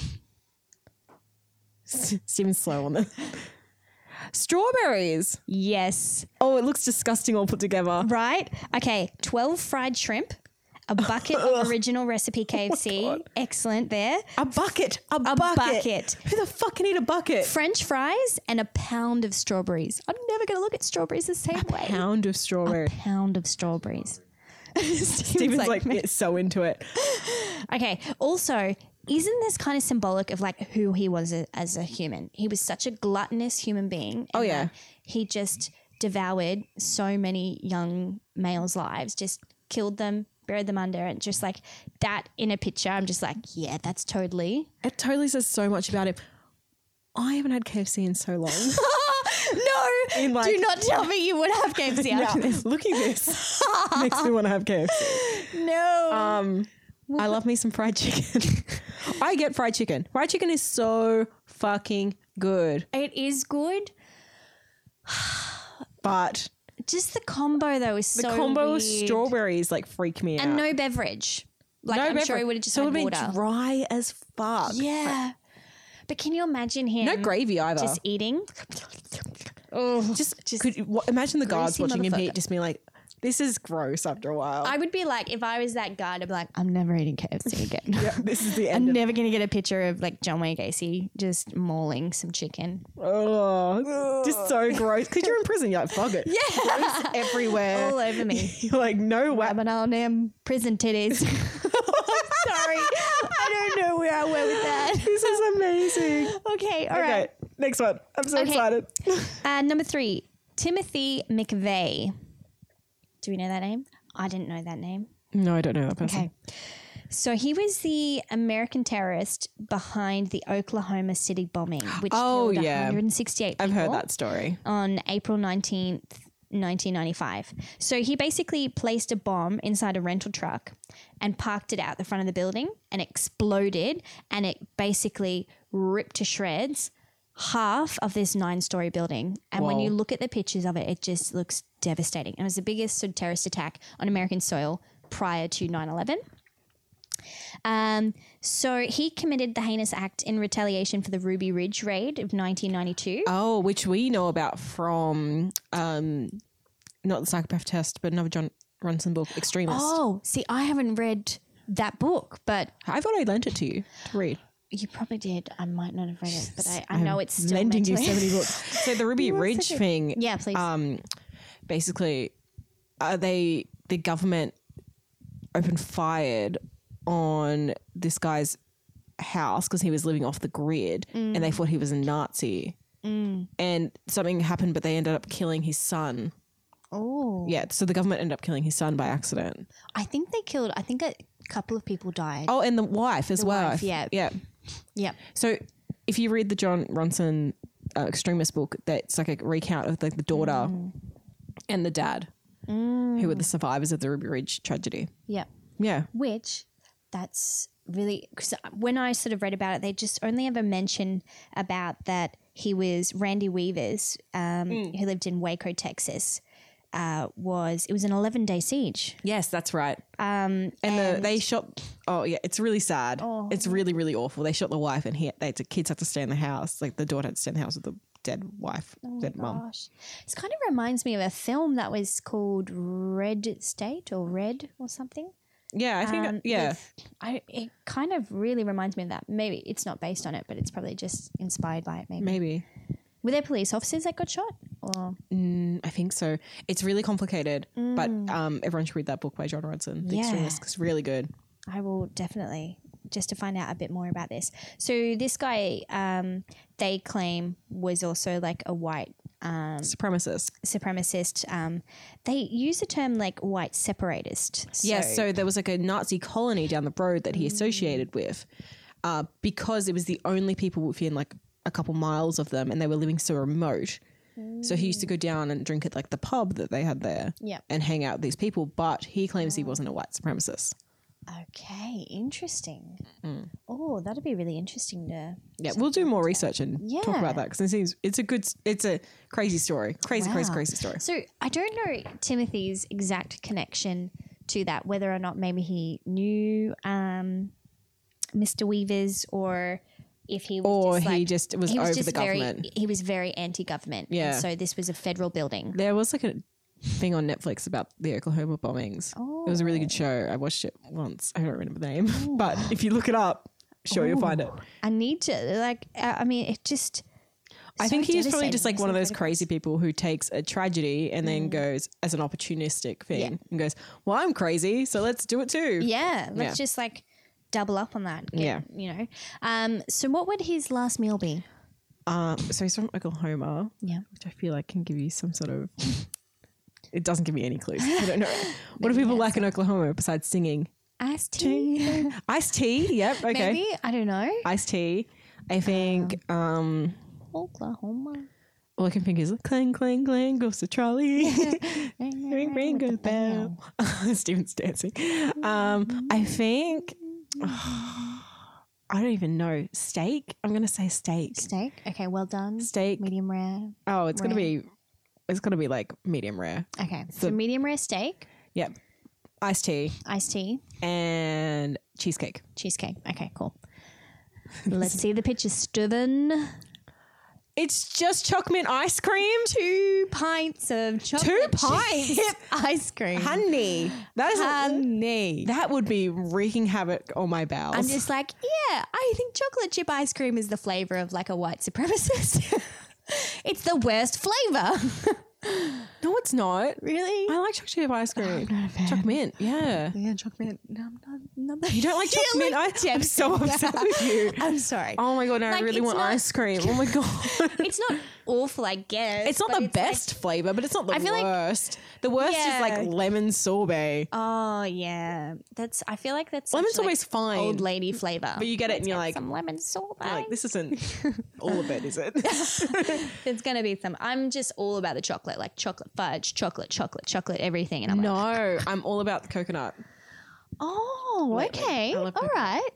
Speaker 2: Seems slow on them. Strawberries.
Speaker 1: Yes.
Speaker 2: Oh, it looks disgusting all put together.
Speaker 1: Right? Okay. 12 fried shrimp, a bucket of original
Speaker 2: Oh
Speaker 1: recipe KFC. Excellent there.
Speaker 2: A bucket. A, bucket.
Speaker 1: bucket.
Speaker 2: Who the fuck can eat a bucket?
Speaker 1: French fries and a pound of strawberries. I'm never going to look at strawberries the same way.
Speaker 2: Pound of strawberry.
Speaker 1: Pound of strawberries. Stephen's
Speaker 2: Stephen's like,
Speaker 1: "Man."
Speaker 2: it's so into it.
Speaker 1: Okay. Also, isn't this kind of symbolic of like who he was a, as a human? He was such a gluttonous human being. and
Speaker 2: Oh, yeah.
Speaker 1: that He just devoured so many young males' lives, just killed them, buried them under, and just like that in a picture, I'm just like, yeah, that's totally.
Speaker 2: It totally says so much about him. I haven't had KFC in so long.
Speaker 1: no!
Speaker 2: In, like-
Speaker 1: do not tell me you would have KFC after
Speaker 2: Yeah,
Speaker 1: this.
Speaker 2: Look at this. Makes me want to have KFC.
Speaker 1: No.
Speaker 2: Um, I love me some fried chicken. I get fried chicken. Fried chicken is so fucking good.
Speaker 1: it is good.
Speaker 2: But
Speaker 1: Just the combo though is
Speaker 2: the
Speaker 1: so
Speaker 2: combo
Speaker 1: weird.
Speaker 2: with strawberries like freak me out.
Speaker 1: and no beverage. Like I'm sure he
Speaker 2: beverage.
Speaker 1: would have just
Speaker 2: so it
Speaker 1: had
Speaker 2: would've
Speaker 1: water.
Speaker 2: been dry as fuck.
Speaker 1: Yeah. But can you imagine him
Speaker 2: No gravy either.
Speaker 1: just
Speaker 2: Just,
Speaker 1: eating? Oh,
Speaker 2: just, could you- what- imagine the guards
Speaker 1: greasy
Speaker 2: watching him
Speaker 1: motherfucker.
Speaker 2: eat, just being like, "This is gross." After a while,
Speaker 1: I would be like, if I was that guard, I'd be like, I'm never eating KFC again.
Speaker 2: yeah, this is the
Speaker 1: I'm
Speaker 2: end. of
Speaker 1: never going to get a picture of like John Wayne Gacy just mauling some chicken.
Speaker 2: Oh, just so gross. Because you're in prison, you're like, "Fuck it." Yeah, gross everywhere.
Speaker 1: All over me.
Speaker 2: You're like, no way.
Speaker 1: I'm an on them
Speaker 2: um,
Speaker 1: prison titties. Sorry. I don't know where I went with that.
Speaker 2: This is amazing.
Speaker 1: Okay, all right.
Speaker 2: Okay, next one. I'm so
Speaker 1: Okay.
Speaker 2: excited.
Speaker 1: Uh, number three, Timothy McVeigh. Do we know that name? I didn't know that name.
Speaker 2: No, I don't know that person.
Speaker 1: Okay. So he was the American terrorist behind the Oklahoma City bombing, which
Speaker 2: Oh,
Speaker 1: killed
Speaker 2: yeah.
Speaker 1: 168
Speaker 2: I've heard
Speaker 1: people
Speaker 2: that story.
Speaker 1: on April 19th, 1995. So he basically placed a bomb inside a rental truck and parked it out the front of the building and exploded and it basically ripped to shreds half of this nine-story building. And when
Speaker 2: Whoa.
Speaker 1: you look at the pictures of it, it just looks devastating. And it was the biggest sort of terrorist attack on American soil prior to 9/11. Um, so he committed the heinous act in retaliation for the Ruby Ridge raid of 1992.
Speaker 2: Oh, which we know about from um, not the psychopath test, but another John Ronson book, Extremist.
Speaker 1: Oh, see, I haven't read that book, but
Speaker 2: I thought I lent it to you to read.
Speaker 1: you probably did. I might not have read it, but I, I know it's still
Speaker 2: lending you so
Speaker 1: mentally-
Speaker 2: many books. So the Ruby Ridge thing,
Speaker 1: Yeah, please.
Speaker 2: um, basically, uh, they the government opened fired on this guy's house because he was living off the grid, and they thought he was a Nazi. And something happened, but they ended up killing his son.
Speaker 1: oh,
Speaker 2: Yeah, so the government ended up killing his son by accident.
Speaker 1: I think they killed. I think a couple of people died.
Speaker 2: Oh, and the wife as well.
Speaker 1: wife, yeah.
Speaker 2: yeah.
Speaker 1: Yep.
Speaker 2: So if you read the John Ronson uh, extremist book, that's like a recount of like the daughter and the dad who were the survivors of the Ruby Ridge tragedy.
Speaker 1: Yep.
Speaker 2: Yeah.
Speaker 1: Which that's really because when I sort of read about it, they just only ever mention about that he was Randy Weavers, um, who lived in Waco, Texas. Uh, was it was an eleven day siege?
Speaker 2: Yes, that's right. Um, and the, they shot. Oh yeah, it's really sad. It's really really awful. They shot the wife, and he they the kids had to stay in the house. Like the daughter had to stay in the house with the dead wife, dead mum.
Speaker 1: Gosh, this kind of reminds me of a film that was called Red State or Red or something.
Speaker 2: Yeah, I think.
Speaker 1: Um,
Speaker 2: yeah,
Speaker 1: with- I it kind of really reminds me of that. Maybe it's not based on it, but it's probably just inspired by it. Maybe
Speaker 2: maybe.
Speaker 1: were there police officers that got shot? Or
Speaker 2: I think so. It's really complicated, but um, everyone should read that book by John Ronson. The
Speaker 1: Yeah.
Speaker 2: Extremist. It's really good.
Speaker 1: I will definitely just to find out a bit more about this. So this guy, um, they claim was also like a white
Speaker 2: Supremacist.
Speaker 1: supremacist. Um, they use the term like white separatist. So, Mm.
Speaker 2: Yes, so there was like a Nazi colony down the road that he associated with uh, because it was the only people within like a couple miles of them and they were living so remote. So he used
Speaker 1: Mm.
Speaker 2: to go down and drink at like the pub that they had there
Speaker 1: Yep.
Speaker 2: and hang out with these people, but he claims he wasn't a white supremacist.
Speaker 1: Okay, interesting. Oh, that'd be really interesting to.
Speaker 2: Mm. Yeah, we'll do more research and talk
Speaker 1: Yeah.
Speaker 2: about that because it seems it's a good, it's a crazy story. Crazy, crazy,
Speaker 1: Wow.
Speaker 2: crazy story.
Speaker 1: So I don't know Timothy's exact connection to that, whether or not maybe he knew um, Mr. Weavers or if he was
Speaker 2: Or
Speaker 1: just
Speaker 2: he
Speaker 1: like-
Speaker 2: just was
Speaker 1: he
Speaker 2: over the
Speaker 1: very-
Speaker 2: government.
Speaker 1: he was very anti-government. and
Speaker 2: Yeah.
Speaker 1: so this was a federal building.
Speaker 2: There was like a thing on Netflix about the Oklahoma bombings. It was a really good
Speaker 1: Oh.
Speaker 2: show. I watched it once. I don't remember the name, but if you look it up, sure you'll find it.
Speaker 1: I need to like. Uh, I mean, it just
Speaker 2: I think
Speaker 1: so
Speaker 2: he's probably just like
Speaker 1: devastating.
Speaker 2: one of
Speaker 1: It's
Speaker 2: those
Speaker 1: incredible.
Speaker 2: crazy people who takes a tragedy and then goes as an opportunistic thing
Speaker 1: Mm. Yeah.
Speaker 2: and goes, "Well, I'm crazy, so let's do it too."
Speaker 1: Yeah, let's
Speaker 2: Yeah.
Speaker 1: just like double up on that.
Speaker 2: Yeah.
Speaker 1: you know. Um, so what would his last meal be?
Speaker 2: Um, so he's from Oklahoma,
Speaker 1: Yeah,
Speaker 2: which I feel like can give you some sort of. It doesn't give me any clues. I don't know. What do people like in Oklahoma besides singing?
Speaker 1: iced tea.
Speaker 2: Iced tea. Yep. Okay.
Speaker 1: Maybe I don't know.
Speaker 2: Iced tea. I think um,
Speaker 1: Oklahoma.
Speaker 2: all I can think is clang, clang, clang, goes the trolley. ring, ring, goes the bell. Steven's dancing. Um, I think, I don't even know. Steak? I'm going to say steak.
Speaker 1: Steak. Okay, well done.
Speaker 2: Steak.
Speaker 1: Medium rare.
Speaker 2: Oh, it's going to
Speaker 1: Rare.
Speaker 2: be, it's going to be like medium rare.
Speaker 1: Okay, so medium rare steak,
Speaker 2: Yep. Iced tea
Speaker 1: iced tea,
Speaker 2: and cheesecake.
Speaker 1: cheesecake. Okay, cool. Let's see the picture, Stuven.
Speaker 2: It's just chocolate ice cream. Two
Speaker 1: Pints of chocolate
Speaker 2: Two pints?
Speaker 1: chip ice cream.
Speaker 2: honey. That is
Speaker 1: Honey.
Speaker 2: that would be wreaking havoc on my bowels.
Speaker 1: I'm just like, yeah, I think chocolate chip ice cream is the flavor of like a white supremacist. it's the worst flavor.
Speaker 2: no, it's not.
Speaker 1: Really?
Speaker 2: I like chocolate chip ice cream. Chocolate mint, yeah.
Speaker 1: Yeah, chocolate. No, I'm not, not that.
Speaker 2: You don't like chocolate mint? I, I'm so upset with you.
Speaker 1: I'm sorry.
Speaker 2: Oh my god, no, I
Speaker 1: Like,
Speaker 2: really
Speaker 1: it's
Speaker 2: want
Speaker 1: not-
Speaker 2: ice cream. Oh my god.
Speaker 1: It's not awful, I guess.
Speaker 2: It's not
Speaker 1: but
Speaker 2: the
Speaker 1: like-
Speaker 2: best flavor, but it's not the
Speaker 1: I feel like-
Speaker 2: worst. the worst is
Speaker 1: Yeah.
Speaker 2: like lemon sorbet.
Speaker 1: oh yeah, that's. I feel like that's
Speaker 2: Lemon's
Speaker 1: such, like,
Speaker 2: always fine.
Speaker 1: old lady flavor.
Speaker 2: but you get it and you're like,
Speaker 1: some lemon sorbet.
Speaker 2: you're like, this isn't all of it, is it?
Speaker 1: There's gonna be some. I'm just all about the chocolate, like chocolate fudge, chocolate, chocolate, chocolate, everything. And I'm like,
Speaker 2: no, I'm all about the coconut.
Speaker 1: oh,
Speaker 2: Lately,
Speaker 1: okay,
Speaker 2: I
Speaker 1: all
Speaker 2: love coconut.
Speaker 1: right.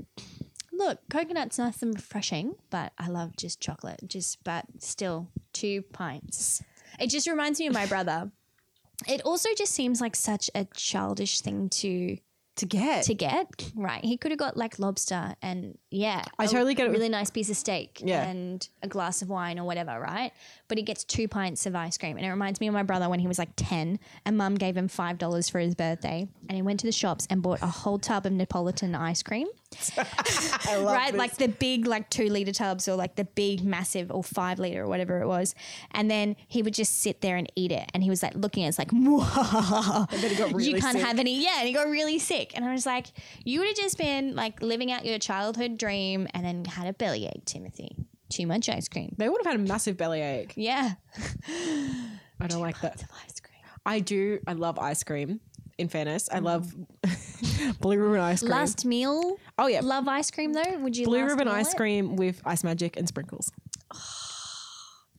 Speaker 1: Look, coconut's nice and refreshing, but I love just chocolate. Just but still, two pints. It just reminds me of my brother. It also just seems like such a childish thing to
Speaker 2: To get.
Speaker 1: to get. Right. He could have got like lobster and yeah.
Speaker 2: I
Speaker 1: a
Speaker 2: totally get it with-
Speaker 1: Really nice piece of steak
Speaker 2: Yeah.
Speaker 1: and a glass of wine or whatever, right? But he gets two pints of ice cream. And it reminds me of my brother when he was like 10 and mum gave him $5 for his birthday. And he went to the shops and bought a whole tub of Neapolitan ice cream,
Speaker 2: I love
Speaker 1: right?
Speaker 2: this.
Speaker 1: Like the big, like two liter tubs or like the big, massive or five liter or whatever it was. And then he would just sit there and eat it. And he was like looking at us like,
Speaker 2: But it got really
Speaker 1: you can't
Speaker 2: sick.
Speaker 1: have any. Yeah, and he got really sick. And I was like, you would have just been like living out your childhood dream and then had a bellyache, Timothy. Too much ice cream.
Speaker 2: They would have had a massive bellyache.
Speaker 1: Yeah.
Speaker 2: I don't like that.
Speaker 1: Ice cream.
Speaker 2: I do. I love ice cream. In fairness, I love blue ribbon ice cream.
Speaker 1: Mm. Last meal.
Speaker 2: oh yeah,
Speaker 1: Love ice cream though. Would you
Speaker 2: blue
Speaker 1: last
Speaker 2: ribbon
Speaker 1: meal
Speaker 2: ice
Speaker 1: it?
Speaker 2: cream with ice magic and sprinkles.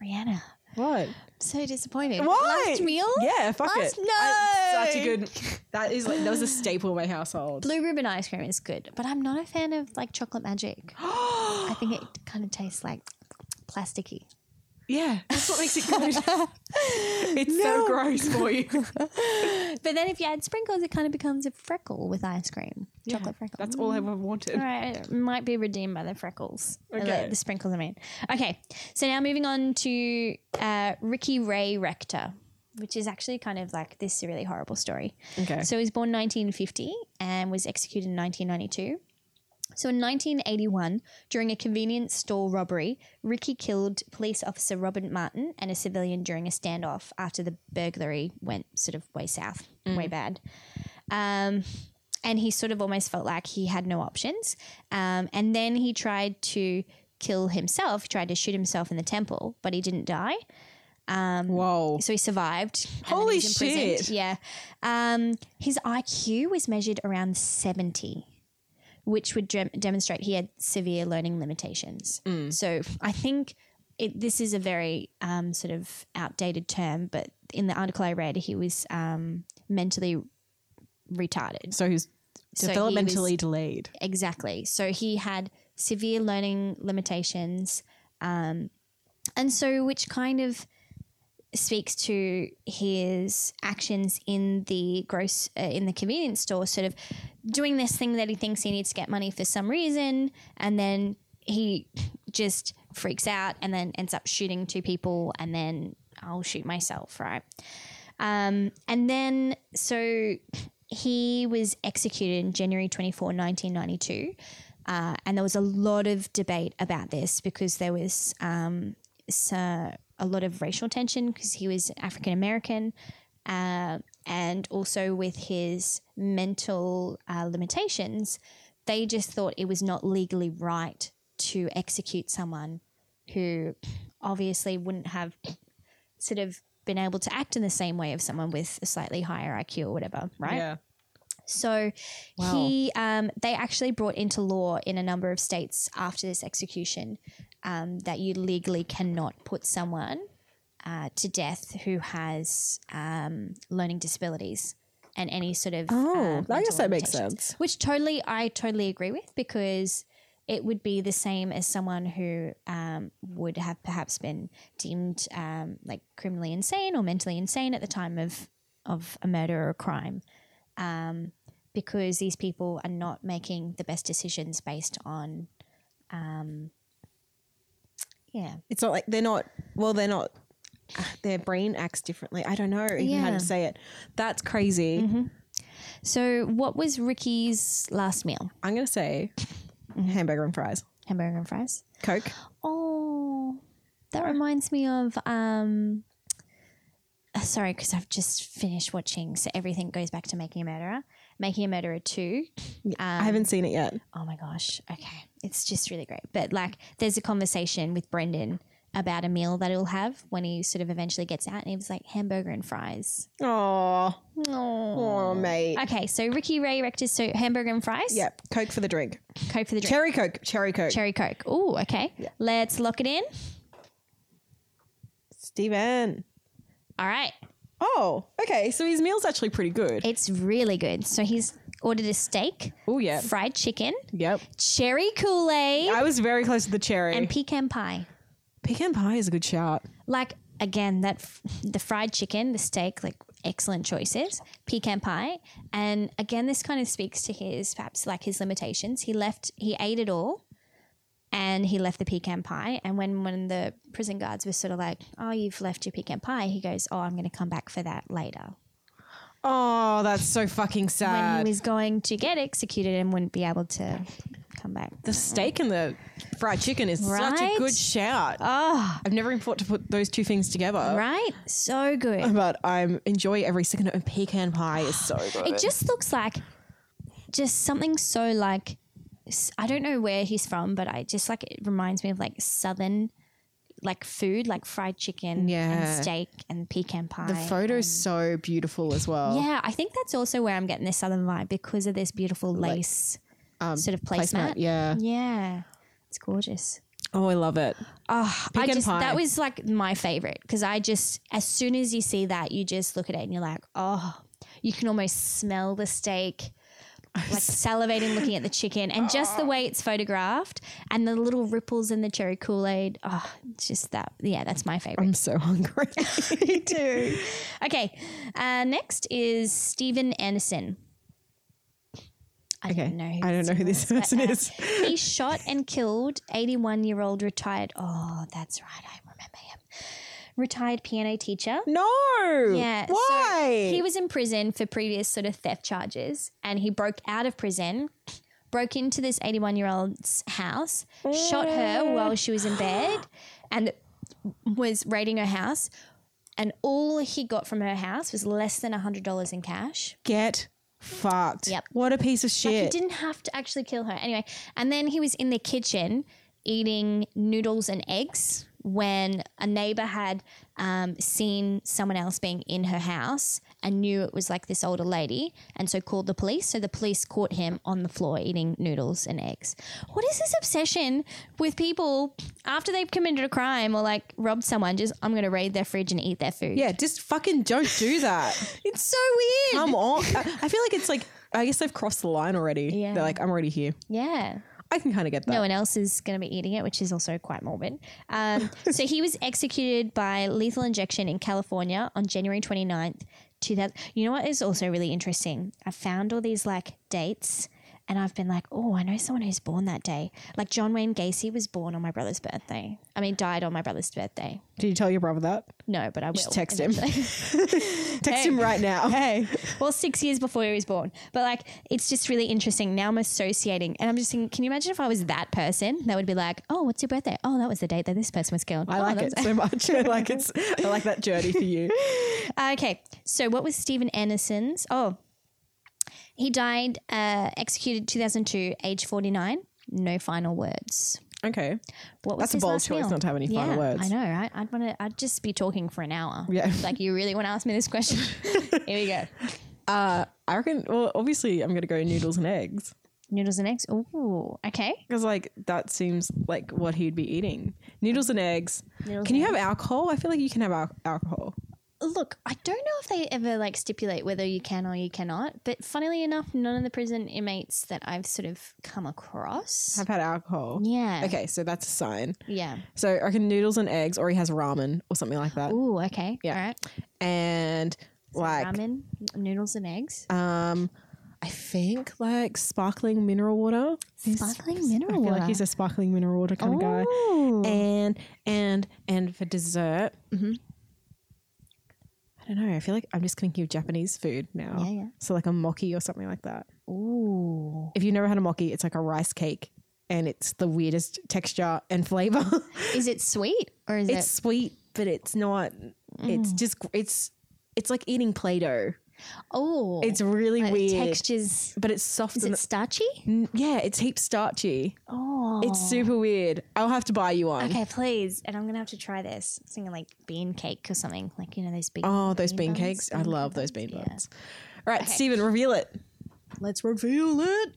Speaker 1: Rihanna.
Speaker 2: What?
Speaker 1: I'm so disappointed.
Speaker 2: Why?
Speaker 1: Last meal?
Speaker 2: Yeah, fuck
Speaker 1: Last-
Speaker 2: it.
Speaker 1: No.
Speaker 2: I- such a good. That is like that was a staple in my household.
Speaker 1: Blue ribbon ice cream is good, but I'm not a fan of like chocolate magic. I think it kind of tastes like plasticky.
Speaker 2: Yeah, that's what makes it good. it's so gross for you.
Speaker 1: But then if you add sprinkles, it kind of becomes a freckle with ice cream. Chocolate freckle.
Speaker 2: That's all I ever wanted.
Speaker 1: All right, it might be redeemed by the freckles. Uh,
Speaker 2: Okay.
Speaker 1: The, the sprinkles, I mean. Okay, so now moving on to uh, Ricky Ray Rector, which is actually kind of like this really horrible story.
Speaker 2: Okay.
Speaker 1: So he was born 1950 and was executed in 1992. So in 1981, during a convenience store robbery, Ricky killed police officer Robin Martin and a civilian during a standoff after the burglary went sort of way south, way
Speaker 2: Mm.
Speaker 1: bad. Um, and he sort of almost felt like he had no options. Um, and then he tried to kill himself, he tried to shoot himself in the temple, but he didn't die.
Speaker 2: Whoa.
Speaker 1: So he survived. and then
Speaker 2: Holy
Speaker 1: he was imprisoned.
Speaker 2: shit.
Speaker 1: Yeah. Um, his IQ was measured around 70, which would dem- demonstrate he had severe learning limitations.
Speaker 2: Mm.
Speaker 1: So I think it, this is a very um, sort of outdated term, but in the article I read, he was um, mentally retarded.
Speaker 2: So he's
Speaker 1: So he
Speaker 2: developmentally
Speaker 1: was-
Speaker 2: delayed.
Speaker 1: Exactly. So he had severe learning limitations. Um, and so, which kind of speaks to his actions in the gross uh, in the convenience store sort of doing this thing that he thinks he needs to get money for some reason and then he just freaks out and then ends up shooting two people and then I'll shoot myself right um, and then so he was executed in January 24 1992 uh, and there was a lot of debate about this because there was um, s- uh, a lot of racial tension because he was African American, uh, and also with his mental uh, limitations, they just thought it was not legally right to execute someone who obviously wouldn't have sort of been able to act in the same way of someone with a slightly higher IQ or whatever, right?
Speaker 2: Yeah.
Speaker 1: So
Speaker 2: Wow.
Speaker 1: he, um, they actually brought into law in a number of states after this execution um, that you legally cannot put someone uh, to death who has um, learning disabilities and any sort of
Speaker 2: Oh,
Speaker 1: uh,
Speaker 2: I
Speaker 1: mental
Speaker 2: guess that makes
Speaker 1: limitations.
Speaker 2: sense.
Speaker 1: Which totally, I totally agree with because it would be the same as someone who um, would have perhaps been deemed um, like criminally insane or mentally insane at the time of of a murder or a crime um, because these people are not making the best decisions based on, um, yeah,
Speaker 2: It's not like they're not, well, they're not, ah, their brain acts differently. I don't know even how
Speaker 1: Yeah. Mm-hmm.
Speaker 2: to say it. That's crazy.
Speaker 1: So, what was Ricky's last meal?
Speaker 2: I'm going to say
Speaker 1: Mm-hmm.
Speaker 2: hamburger and fries.
Speaker 1: Hamburger and fries.
Speaker 2: Coke.
Speaker 1: Oh, that reminds me of. Um, uh, sorry, because I've just finished watching. So everything goes back to Making a Murderer. Making a Murderer Two. Um,
Speaker 2: I haven't seen it yet.
Speaker 1: Oh my gosh. Okay, it's just really great. But like, there's a conversation with Brendan about a meal that he'll have when he sort of eventually gets out, and he was like hamburger and fries.
Speaker 2: Oh,
Speaker 1: Oh.
Speaker 2: oh mate.
Speaker 1: Okay, so Ricky Ray Rector's so hamburger and fries.
Speaker 2: Yep. Coke for the drink.
Speaker 1: Coke for the drink.
Speaker 2: Cherry Coke. Cherry Coke.
Speaker 1: Cherry Coke. Oh, okay. Let's lock it in.
Speaker 2: Steven.
Speaker 1: All right.
Speaker 2: Oh, okay. So his meal's actually pretty good.
Speaker 1: It's really good. So he's ordered a steak,
Speaker 2: Oh, yeah.
Speaker 1: fried chicken,
Speaker 2: Yep.
Speaker 1: cherry Kool Aid,
Speaker 2: I was very close to the cherry.
Speaker 1: and pecan pie.
Speaker 2: pecan pie is a good shout.
Speaker 1: Like again, that f- the fried chicken, the steak, like excellent choices. Pecan pie, and again, this kind of speaks to his perhaps like his limitations. He left. He ate it all. And he left the pecan pie. And when one of the prison guards was sort of like, Oh, you've left your pecan pie, he goes, Oh, I'm going to come back for that later.
Speaker 2: Oh, that's so fucking
Speaker 1: when
Speaker 2: sad.
Speaker 1: he was going to get executed and wouldn't be able to come back.
Speaker 2: the steak and the fried chicken is such a
Speaker 1: Right?
Speaker 2: good shout.
Speaker 1: Oh,
Speaker 2: I've never even thought to put those two things together.
Speaker 1: right? So good.
Speaker 2: But I um, enjoy every second of it. And pecan pie is so good.
Speaker 1: It just looks like just something so like s- I don't know where he's from, but I just like it reminds me of like southern like food, like fried chicken
Speaker 2: Yeah.
Speaker 1: and steak and pecan pie.
Speaker 2: the photo's so beautiful as well.
Speaker 1: yeah, I think that's also where I'm getting this southern vibe because of this beautiful lace sort of placemat.
Speaker 2: um, Placemat, yeah.
Speaker 1: yeah. It's gorgeous.
Speaker 2: Oh, I love it.
Speaker 1: Oh, I
Speaker 2: Pecan
Speaker 1: just,
Speaker 2: pie.
Speaker 1: that was like my favorite because I just, as soon as you see that, you just look at it and you're like, oh, you can almost smell the steak, like salivating looking at the chicken and just the way it's photographed and the little ripples in the cherry Kool Aid. Oh, it's just that. Yeah, that's my favorite.
Speaker 2: I'm so hungry. Me too.
Speaker 1: Okay. Uh, next is Steven Anderson. I
Speaker 2: Okay.
Speaker 1: don't know. Who
Speaker 2: I don't know who this
Speaker 1: was,
Speaker 2: person
Speaker 1: but, uh,
Speaker 2: is.
Speaker 1: he shot and killed 81 year old retired. Oh, that's right. I remember him. Retired piano teacher.
Speaker 2: No.
Speaker 1: Yeah. so
Speaker 2: Why?
Speaker 1: he was in prison for previous sort of theft charges and he broke out of prison, broke into this 81 year old's house, shot her while she was in bed, and was raiding her house. And all he got from her house was less than $100 in cash.
Speaker 2: Get fucked.
Speaker 1: Yep.
Speaker 2: What a piece of
Speaker 1: Like,
Speaker 2: shit.
Speaker 1: He didn't have to actually kill her. Anyway, and then he was in the kitchen eating noodles and eggs when a neighbor had um, seen someone else being in her house and knew it was like this older lady and so called the police. So the police caught him on the floor eating noodles and eggs. What is this obsession with people after they've committed a crime or like robbed someone? Just, I'm going to raid their fridge and eat their food.
Speaker 2: yeah, just fucking don't do that.
Speaker 1: It's so weird.
Speaker 2: Come on. I, I feel like it's like, I guess they've crossed the line already.
Speaker 1: Yeah.
Speaker 2: They're like, I'm already here.
Speaker 1: yeah.
Speaker 2: I can kind of get that.
Speaker 1: no one else is going to be eating it, which is also quite morbid. Um, so he was executed by lethal injection in California on January 29th, 2000. You know what is also really interesting? I found all these like dates And I've been like, oh, I know someone who's born that day. Like John Wayne Gacy was born on my brother's birthday. I mean, died on my brother's birthday.
Speaker 2: Did you tell your brother that?
Speaker 1: No, but Oh, I will
Speaker 2: Just text him.
Speaker 1: eventually.
Speaker 2: Text him right now.
Speaker 1: Hey, well, six years before he was born. But like, it's just really interesting. Now I'm associating, and I'm just thinking, can you imagine if I was that person? That would be like, oh, what's your birthday? Oh, that was the date that this person was killed.
Speaker 2: I
Speaker 1: Oh,
Speaker 2: like
Speaker 1: that
Speaker 2: it so much. I like it's I like that journey for you.
Speaker 1: was- okay, so what was Stephen Anderson's? Oh, he died uh, executed 2002, age 49. No final words.
Speaker 2: Okay.
Speaker 1: What was
Speaker 2: That's a
Speaker 1: his
Speaker 2: bold
Speaker 1: last
Speaker 2: choice
Speaker 1: meal?
Speaker 2: not to have any final
Speaker 1: Yeah,
Speaker 2: words.
Speaker 1: I know, right? I'd want to. I'd just be talking for an hour.
Speaker 2: Yeah.
Speaker 1: Like you really want to ask me this question? Here we go.
Speaker 2: I reckon well obviously I'm gonna go noodles and eggs.
Speaker 1: Noodles and eggs. Ooh. Okay.
Speaker 2: Because like that seems like what he'd be eating. Noodles and eggs.
Speaker 1: Noodles
Speaker 2: can
Speaker 1: and
Speaker 2: you have alcohol? I feel like you can have al- alcohol.
Speaker 1: look, I don't know if they ever like stipulate whether you can or you cannot, but funnily enough, none of the prison inmates that I've sort of come across.
Speaker 2: I've had alcohol.
Speaker 1: yeah.
Speaker 2: Okay, so that's a sign.
Speaker 1: Yeah.
Speaker 2: So I reckon noodles and eggs, or he has ramen or something like that.
Speaker 1: Ooh, okay.
Speaker 2: Yeah.
Speaker 1: All right.
Speaker 2: And like
Speaker 1: Ramen, noodles, and eggs.
Speaker 2: um I think like sparkling mineral water. He's-
Speaker 1: Sparkling mineral
Speaker 2: I feel
Speaker 1: water.
Speaker 2: like he's a sparkling mineral water kind of guy.
Speaker 1: Ooh.
Speaker 2: and and and for dessert
Speaker 1: Mm-hmm.
Speaker 2: i don't know i feel like i'm just thinking of japanese food now
Speaker 1: Yeah, yeah.
Speaker 2: so like a mochi or something like that
Speaker 1: Ooh.
Speaker 2: if you've never had a mochi it's like a rice cake and it's the weirdest texture and flavor
Speaker 1: Is it sweet or is
Speaker 2: it's sweet but it's not it's just it's it's like eating play-doh
Speaker 1: it? Oh.
Speaker 2: it's really
Speaker 1: like the
Speaker 2: weird
Speaker 1: Textures.
Speaker 2: but it's soft
Speaker 1: Is
Speaker 2: and
Speaker 1: it starchy?
Speaker 2: N- yeah it's heap starchy
Speaker 1: Oh.
Speaker 2: it's super weird i'll have to buy you one
Speaker 1: Okay, please. And I'm gonna have to try this. I'm thinking like bean cake or something. Like you know those big.
Speaker 2: Oh, those
Speaker 1: bean
Speaker 2: bean,
Speaker 1: buns,
Speaker 2: cakes. I
Speaker 1: bean
Speaker 2: love those bean
Speaker 1: yeah.
Speaker 2: buns. All right, Stephen, reveal it. Let's reveal it.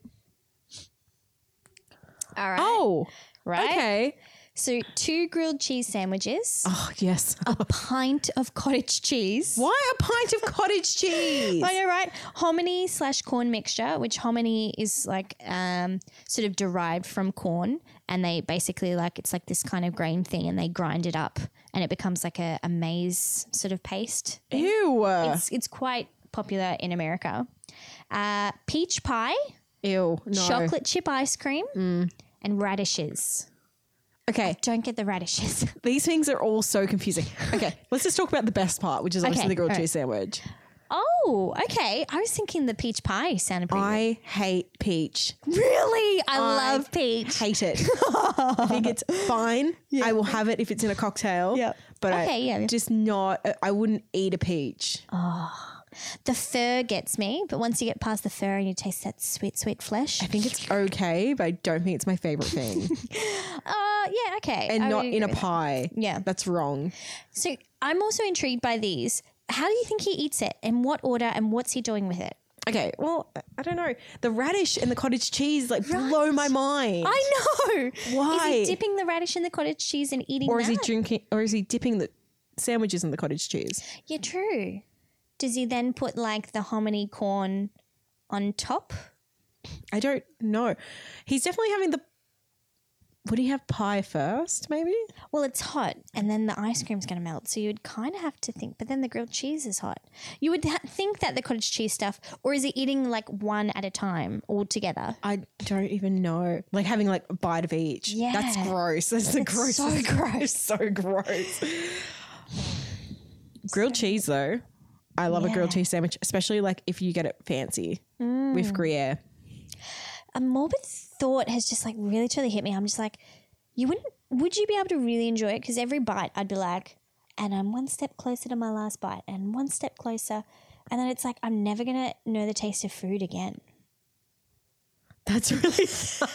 Speaker 1: All right.
Speaker 2: Oh,
Speaker 1: right.
Speaker 2: okay.
Speaker 1: So two grilled cheese sandwiches,
Speaker 2: Oh, yes.
Speaker 1: pint of cottage cheese.
Speaker 2: Why a pint of cottage cheese?
Speaker 1: I know, right? Hominy slash corn mixture, which hominy is like um, sort of derived from corn, and they basically like it's like this kind of grain thing, and they grind it up, and it becomes like a, a maize sort of paste.
Speaker 2: Ew.
Speaker 1: It's it's quite popular in America. Uh, peach pie,
Speaker 2: Ew. No.
Speaker 1: chocolate chip ice cream, and radishes.
Speaker 2: Okay,
Speaker 1: Don't get the radishes.
Speaker 2: these things are all so confusing. Okay, let's just talk about the best part, which is obviously
Speaker 1: Okay,
Speaker 2: the grilled
Speaker 1: all right.
Speaker 2: cheese sandwich.
Speaker 1: oh, okay. I was thinking the peach pie sounded pretty. good.
Speaker 2: I hate peach.
Speaker 1: Really? I, love peach.
Speaker 2: Hate it. I think it's fine. I will have it if it's in a cocktail.
Speaker 1: Yeah.
Speaker 2: But I
Speaker 1: Okay, yeah.
Speaker 2: just not. I wouldn't eat a peach.
Speaker 1: The fur gets me, but once you get past the fur and you taste that sweet, sweet flesh.
Speaker 2: I think it's okay, but I don't think it's my favorite thing.
Speaker 1: Uh, yeah, okay.
Speaker 2: and
Speaker 1: I
Speaker 2: not
Speaker 1: would
Speaker 2: in a
Speaker 1: agree.
Speaker 2: pie.
Speaker 1: Yeah.
Speaker 2: That's wrong.
Speaker 1: So I'm also intrigued by these. How do you think he eats it? In what order? And what's he doing with it?
Speaker 2: Okay, well, I don't know. The radish and the cottage cheese like blow my mind.
Speaker 1: I know. Is
Speaker 2: Why?
Speaker 1: he dipping the radish in the cottage cheese and eating
Speaker 2: or is
Speaker 1: that?
Speaker 2: he drinking or is he dipping the sandwiches in the cottage cheese?
Speaker 1: yeah, true. Does he then put like the hominy corn on top?
Speaker 2: I don't know. He's definitely having the would he have pie first, maybe?
Speaker 1: Well, it's hot, and then the ice cream's going to melt. So you would kind of have to think, but then the grilled cheese is hot. You would ha- think that the cottage cheese stuff, or is it eating like one at a time all together?
Speaker 2: I don't even know. Like having like a bite of each. That's
Speaker 1: Yeah.
Speaker 2: gross. That's the gross.
Speaker 1: so gross.
Speaker 2: so gross. grilled cheese though. I love a grilled
Speaker 1: Yeah. Mm.
Speaker 2: cheese sandwich, especially like if you get it fancy with Gruyere.
Speaker 1: A morbid thought has just like really totally hit me. I'm just like, you wouldn't, would you be able to really enjoy it? Because every bite, I'd be like, and I'm one step closer to my last bite, and one step closer. And then it's like, I'm never going to know the taste of food again.
Speaker 2: That's really.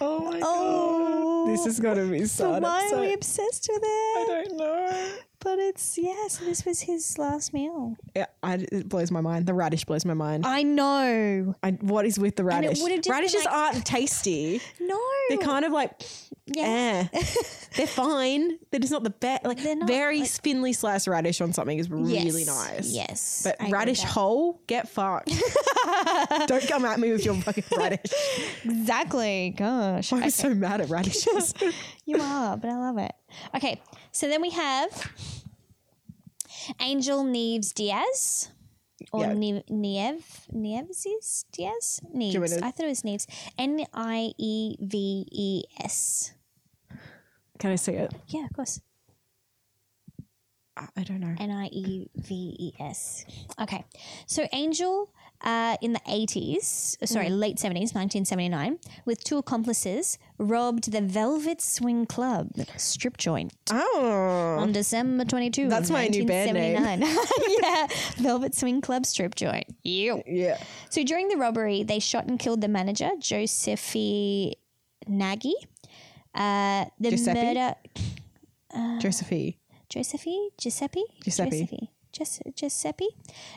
Speaker 2: oh my
Speaker 1: Oh,
Speaker 2: god! This is gonna be so.
Speaker 1: why are we
Speaker 2: upsetting.
Speaker 1: obsessed with
Speaker 2: I
Speaker 1: it?
Speaker 2: don't know.
Speaker 1: But it's, yeah, so this was his last meal.
Speaker 2: Yeah, I, it blows my mind. The radish blows my mind.
Speaker 1: I know.
Speaker 2: I, what is with the
Speaker 1: it
Speaker 2: radish?
Speaker 1: would've just been
Speaker 2: Radishes
Speaker 1: like-
Speaker 2: aren't tasty.
Speaker 1: No.
Speaker 2: They're kind of like,
Speaker 1: Yeah.
Speaker 2: eh. They're fine. They're just not the best. Like
Speaker 1: They're not,
Speaker 2: very
Speaker 1: like-
Speaker 2: thinly sliced radish on something is
Speaker 1: Yes.
Speaker 2: really nice.
Speaker 1: Yes.
Speaker 2: But
Speaker 1: I agree with
Speaker 2: radish
Speaker 1: that.
Speaker 2: whole, get fucked. Don't come at me with your fucking radish.
Speaker 1: Exactly. Gosh.
Speaker 2: I'm so mad at radishes.
Speaker 1: You are, but I love it. Okay. So then we have Angel Neves Diaz. or
Speaker 2: Yeah.
Speaker 1: Niev Niev Nieves is yes
Speaker 2: what
Speaker 1: Neves.
Speaker 2: it is?
Speaker 1: I thought it was Neves. N I E V E S.
Speaker 2: Can I see it?
Speaker 1: Yeah, of course.
Speaker 2: I, I don't know.
Speaker 1: N I E V E S. Okay. So Angel uh, in the 80s, sorry,
Speaker 2: Mm.
Speaker 1: late 70s, 1979, with two accomplices, robbed the Velvet Swing Club strip joint
Speaker 2: Oh,
Speaker 1: on December 22.
Speaker 2: That's my new band name.
Speaker 1: 1979. yeah. Velvet Swing Club strip joint. Ew.
Speaker 2: yeah.
Speaker 1: So during the robbery, they shot and killed the manager, Giuseppe Nagy. Uh, the
Speaker 2: Giuseppe?
Speaker 1: murder.
Speaker 2: Josephine.
Speaker 1: Giuseppe? Giuseppe?
Speaker 2: Giuseppe.
Speaker 1: Giuseppe, Gius- Giuseppe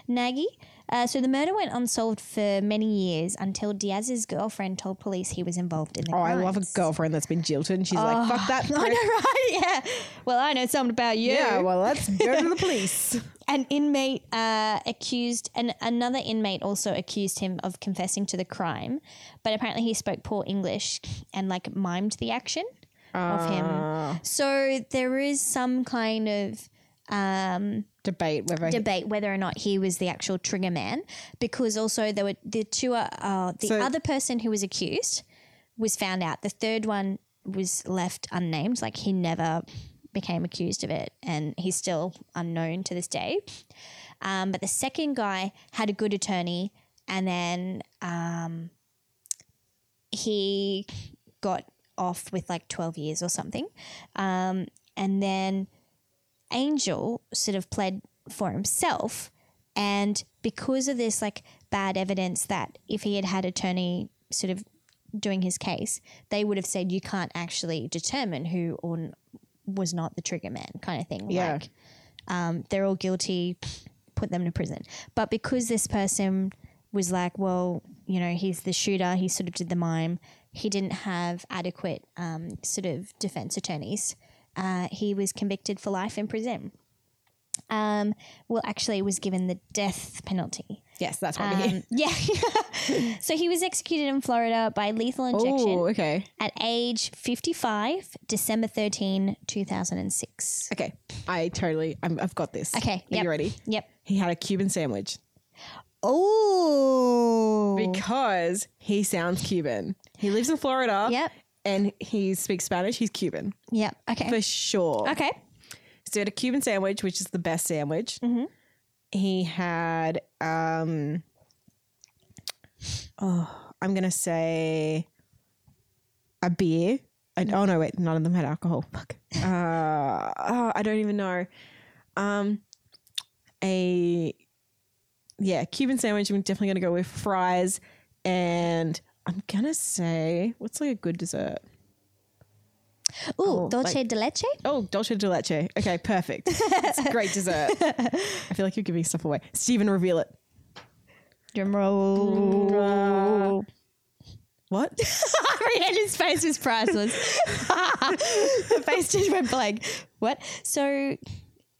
Speaker 1: Nagy. Uh, so the murder went unsolved for many years until Diaz's girlfriend told police he was involved in the
Speaker 2: Oh, I
Speaker 1: crimes.
Speaker 2: love a girlfriend that's been jilted and she's like, fuck that.
Speaker 1: Oh, I
Speaker 2: prick."
Speaker 1: know, right? Yeah. Well, I know something about you.
Speaker 2: Yeah, well, let's go to the police.
Speaker 1: An inmate uh, accused, and another inmate also accused him of confessing to the crime, but apparently he spoke poor English and like mimed the action of
Speaker 2: Ah.
Speaker 1: him. So there is some kind of
Speaker 2: Debate whether.
Speaker 1: debate whether or not he was the actual trigger man because also there were the two uh, uh, the
Speaker 2: So-
Speaker 1: other person who was accused was found out the third one was left unnamed like he never became accused of it and he's still unknown to this day um, but the second guy had a good attorney and then um, he got off with like 12 years or something um, and then Angel sort of pled for himself. And because of this, like, bad evidence that if he had had attorney sort of doing his case, they would have said you can't actually determine who or n- was not the trigger man, kind of thing.
Speaker 2: Yeah.
Speaker 1: Like, um, they're all guilty, put them to prison. But because this person was like, well, you know, he's the shooter, he sort of did the mime, he didn't have adequate um, sort of defense attorneys. Uh, he was convicted for life in prison. Um, well, actually, was given the death penalty.
Speaker 2: Yes, that's what we
Speaker 1: Um, yeah. so he was executed in Florida by lethal injection
Speaker 2: Oh, okay.
Speaker 1: at age 55, December 13, 2006.
Speaker 2: Okay. I totally, I'm, I've got this.
Speaker 1: Okay.
Speaker 2: Are
Speaker 1: yep.
Speaker 2: you ready?
Speaker 1: Yep.
Speaker 2: He had a Cuban sandwich
Speaker 1: Oh.
Speaker 2: because he sounds Cuban. He lives in Florida.
Speaker 1: Yep.
Speaker 2: And he speaks Spanish. He's Cuban
Speaker 1: Yep. Okay.
Speaker 2: for sure.
Speaker 1: Okay.
Speaker 2: So he had a Cuban sandwich, which is the best sandwich. He had, um, oh, I'm gonna say a beer. And, oh no, wait, none of them had alcohol. Fuck. Uh, oh, I don't even know. Um, a yeah, Cuban sandwich. I'm definitely gonna go with fries, and I'm gonna say what's like a good dessert.
Speaker 1: Ooh, dolce
Speaker 2: like-
Speaker 1: de leche?
Speaker 2: Oh, dolce de leche. Okay, perfect. it's a great dessert. I feel like you're giving stuff away. Stephen, reveal it.
Speaker 1: Drum roll.
Speaker 2: What?
Speaker 1: Rhiannon's face was priceless. Her face just went blank. What? So,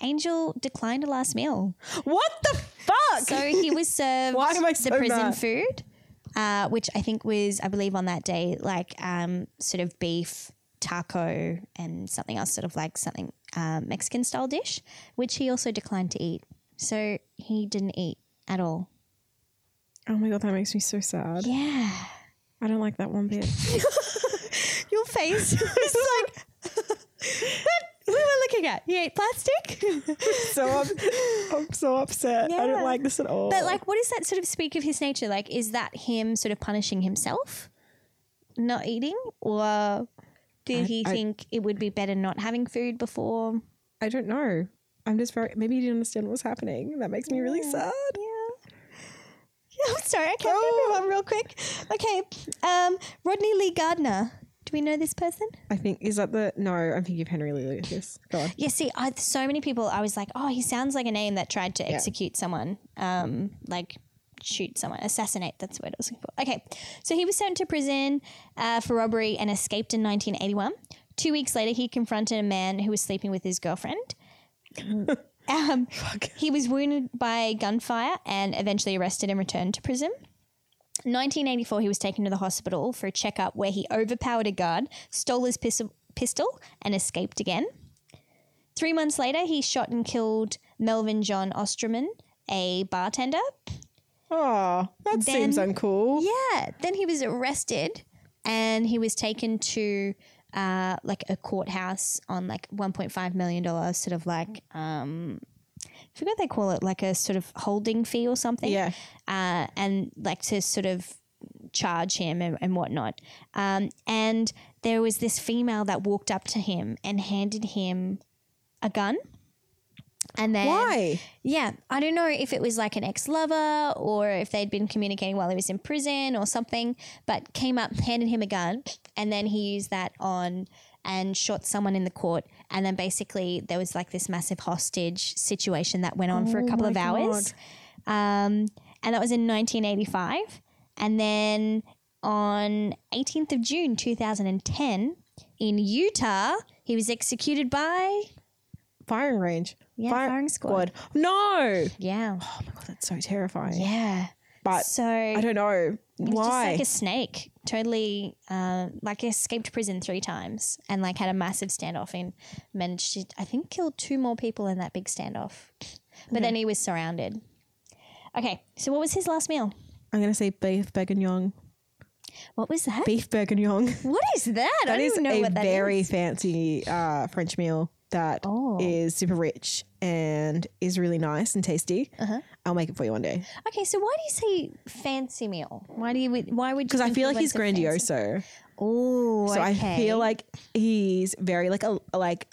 Speaker 1: Angel declined a last meal.
Speaker 2: what the fuck?
Speaker 1: So he was served
Speaker 2: Why am I so
Speaker 1: the prison
Speaker 2: mad?
Speaker 1: food, uh, which I think was, I believe, on that day, like um, sort of beef, taco, and something else, sort of like something um, Mexican style dish, which he also declined to eat. So he didn't eat at all.
Speaker 2: oh my god, that makes me so sad.
Speaker 1: Yeah.
Speaker 2: I don't like that one bit.
Speaker 1: Your face is like, what? Who am I looking at? You ate plastic?
Speaker 2: so I'm, I'm so upset. I
Speaker 1: Yeah.
Speaker 2: don't like this at all.
Speaker 1: But like, what does that sort of speak of his nature? Like, is that him sort of punishing himself, not eating, or did he
Speaker 2: I-
Speaker 1: think it would be better not having food before?
Speaker 2: I don't know. I'm just very. Maybe you didn't understand what was happening. That makes me really sad.
Speaker 1: Yeah. Yeah, I'm Oh, sorry, I can't
Speaker 2: Oh.
Speaker 1: remember one real quick. Okay, um, Rodney Lee Gardner. Do we know this person?
Speaker 2: I think is that the no. I'm thinking of Henry Lee Lucas. Go on.
Speaker 1: Yeah, see, I, so many people, I was like, oh, he sounds like a name that tried to execute someone, um, like shoot someone, assassinate. That's what I was looking for. Okay, so he was sent to prison uh, for robbery and escaped in 1981. Two weeks later, he confronted a man who was sleeping with his girlfriend. um, he was wounded by gunfire and eventually arrested and returned to prison. 1984, he was taken to the hospital for a checkup where he overpowered a guard, stole his pistol, pistol and escaped again. Three months later, he shot and killed Melvin John Osterman a bartender.
Speaker 2: Oh, that
Speaker 1: Then-
Speaker 2: seems uncool.
Speaker 1: Yeah. Then he was arrested and he was taken to uh, like a courthouse on like $1.5 million, sort of like, um, I forgot they call it like a sort of holding fee or something.
Speaker 2: Yeah.
Speaker 1: Uh, and like to sort of charge him and, and whatnot. Um, and there was this female that walked up to him and handed him a gun. And then
Speaker 2: Why?
Speaker 1: yeah, I don't know if it was like an ex lover or if they'd been communicating while he was in prison or something, but came up, handed him a gun, and then he used that on and shot someone in the court. And then basically there was like this massive hostage situation that went on for a
Speaker 2: Oh
Speaker 1: couple
Speaker 2: my
Speaker 1: of hours. Um, and that was in 1985. And then on 18th of June 2010 in Utah, he was executed by.
Speaker 2: Firing range.
Speaker 1: Yeah,
Speaker 2: Fire-
Speaker 1: firing squad.
Speaker 2: No.
Speaker 1: Yeah.
Speaker 2: Oh my god, that's so terrifying.
Speaker 1: Yeah.
Speaker 2: But
Speaker 1: so
Speaker 2: I don't know
Speaker 1: It was
Speaker 2: why.
Speaker 1: Just like a snake, totally uh, like escaped prison three times and like had a massive standoff and managed to, I think, kill two more people in that big standoff. But then he was surrounded. Okay, so what was his last meal?
Speaker 2: I'm gonna say beef bourguignon.
Speaker 1: What was that?
Speaker 2: Beef bourguignon.
Speaker 1: What is that? I
Speaker 2: That
Speaker 1: don't
Speaker 2: is
Speaker 1: even know
Speaker 2: a
Speaker 1: what that is.
Speaker 2: very fancy uh, French meal that is
Speaker 1: Oh.
Speaker 2: super rich and is really nice and tasty.
Speaker 1: Uh-huh.
Speaker 2: I'll make it for you one day
Speaker 1: Okay, so why do you say fancy meal? Why do you? Why would you?
Speaker 2: because I
Speaker 1: think
Speaker 2: feel
Speaker 1: he
Speaker 2: like
Speaker 1: went
Speaker 2: he's
Speaker 1: to fancy-
Speaker 2: grandioso.
Speaker 1: Oh,
Speaker 2: So I
Speaker 1: okay.
Speaker 2: feel like he's very like a like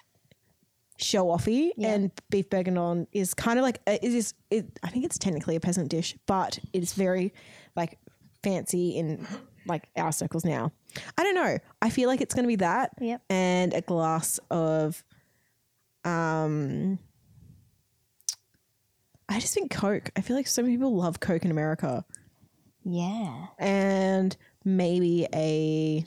Speaker 2: show offy, and beef bourguignon is kind of like uh, it is. It, I think it's technically a peasant dish, but it's very like fancy in like our circles now. I don't know. I feel like it's going to be that,
Speaker 1: Yep.
Speaker 2: and a glass of, um. I just think Coke. I feel like so many people love Coke in America
Speaker 1: yeah.
Speaker 2: and maybe a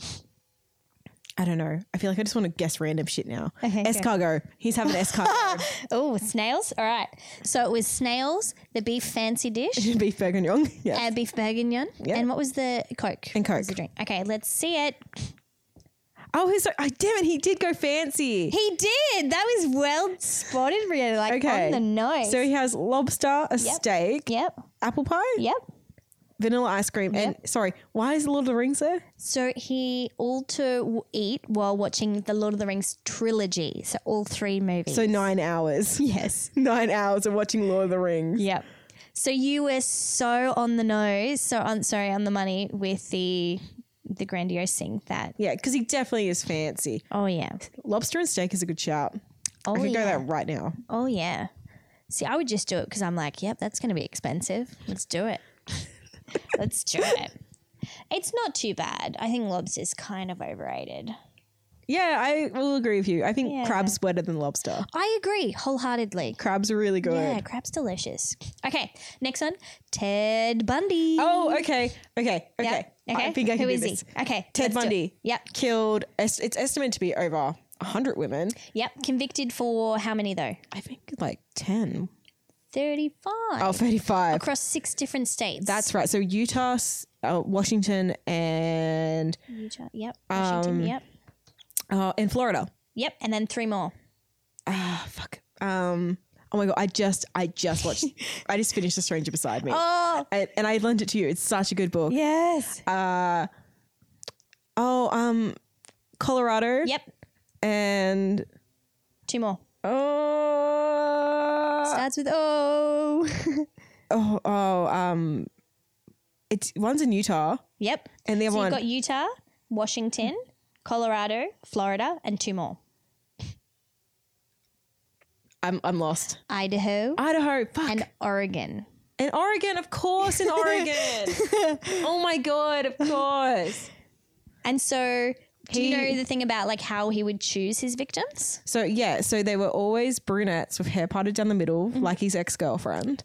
Speaker 2: I don't know. I feel like I just want to guess random shit now.
Speaker 1: Okay, go.
Speaker 2: escargot. He's having escargot.
Speaker 1: Oh, snails. All right. So it was snails, the beef fancy dish.
Speaker 2: Beef bourguignon. Yeah.
Speaker 1: Uh, beef bourguignon.
Speaker 2: Yeah.
Speaker 1: And what was the Coke?
Speaker 2: And Coke.
Speaker 1: Was the drink. Okay, let's see it.
Speaker 2: oh, he's so, oh, damn it. He did go fancy.
Speaker 1: He did. That was well spotted, really. Like
Speaker 2: Okay.
Speaker 1: on the nose.
Speaker 2: So he has lobster, a steak,
Speaker 1: yep.
Speaker 2: apple pie,
Speaker 1: Yep.
Speaker 2: vanilla ice cream, and sorry, why is the Lord of the Rings there?
Speaker 1: So he all to w- eat while watching the Lord of the Rings trilogy. So all three movies.
Speaker 2: So nine hours. Yes. nine hours of watching Lord of the Rings.
Speaker 1: yep. So you were so on the nose, so on sorry, on the money with the the grandiose thing that.
Speaker 2: Yeah, because he definitely is fancy.
Speaker 1: Oh yeah.
Speaker 2: Lobster and steak is a good shout.
Speaker 1: Oh
Speaker 2: I could
Speaker 1: yeah.
Speaker 2: go that right now.
Speaker 1: Oh yeah. See, I would just do it because I'm like, yep, that's going to be expensive. Let's do it. Let's do it. It's not too bad. I think lobster's kind of overrated.
Speaker 2: Yeah, I will agree with you. I think
Speaker 1: Yeah.
Speaker 2: crab's better than lobster.
Speaker 1: I agree wholeheartedly.
Speaker 2: Crabs are really good.
Speaker 1: Yeah, crab's delicious. Okay, next one, Ted Bundy.
Speaker 2: Oh, okay, okay, okay.
Speaker 1: Yeah, okay.
Speaker 2: I think I can
Speaker 1: Who
Speaker 2: do
Speaker 1: is
Speaker 2: this.
Speaker 1: he? Okay, let's
Speaker 2: Ted
Speaker 1: do it.
Speaker 2: Bundy.
Speaker 1: Yep,
Speaker 2: Killed. It's it's estimated to be over hundred women.
Speaker 1: yep. Convicted for how many though?
Speaker 2: I think like ten.
Speaker 1: Thirty-five
Speaker 2: Oh, 35.
Speaker 1: across six different states.
Speaker 2: That's right. So Utah, s- uh, Washington, and
Speaker 1: Utah. Yep,
Speaker 2: um,
Speaker 1: Washington. yep,
Speaker 2: uh, in Florida.
Speaker 1: yep, and then three more.
Speaker 2: Ah, fuck. Um. Oh my god. I just I just watched. I just finished The Stranger Beside Me.
Speaker 1: Oh
Speaker 2: And, and I lent it to you. It's such a good book.
Speaker 1: yes.
Speaker 2: Uh, Oh, um, Colorado.
Speaker 1: Yep,
Speaker 2: And uh,
Speaker 1: two more.
Speaker 2: oh,
Speaker 1: Starts with O.
Speaker 2: oh, oh, um, it's one's in Utah
Speaker 1: yep.
Speaker 2: and the other
Speaker 1: So
Speaker 2: one.
Speaker 1: you've got Utah, Washington, Colorado, Florida, and two more.
Speaker 2: I'm I'm lost.
Speaker 1: Idaho
Speaker 2: Idaho, fuck,
Speaker 1: and
Speaker 2: and,
Speaker 1: Oregon.
Speaker 2: Oregon, of course, in Oregon. oh my god, of course.
Speaker 1: And so do you
Speaker 2: He-
Speaker 1: know the thing about like how he would choose his victims?
Speaker 2: So yeah, so they were always brunettes with hair parted down the middle, like his ex girlfriend,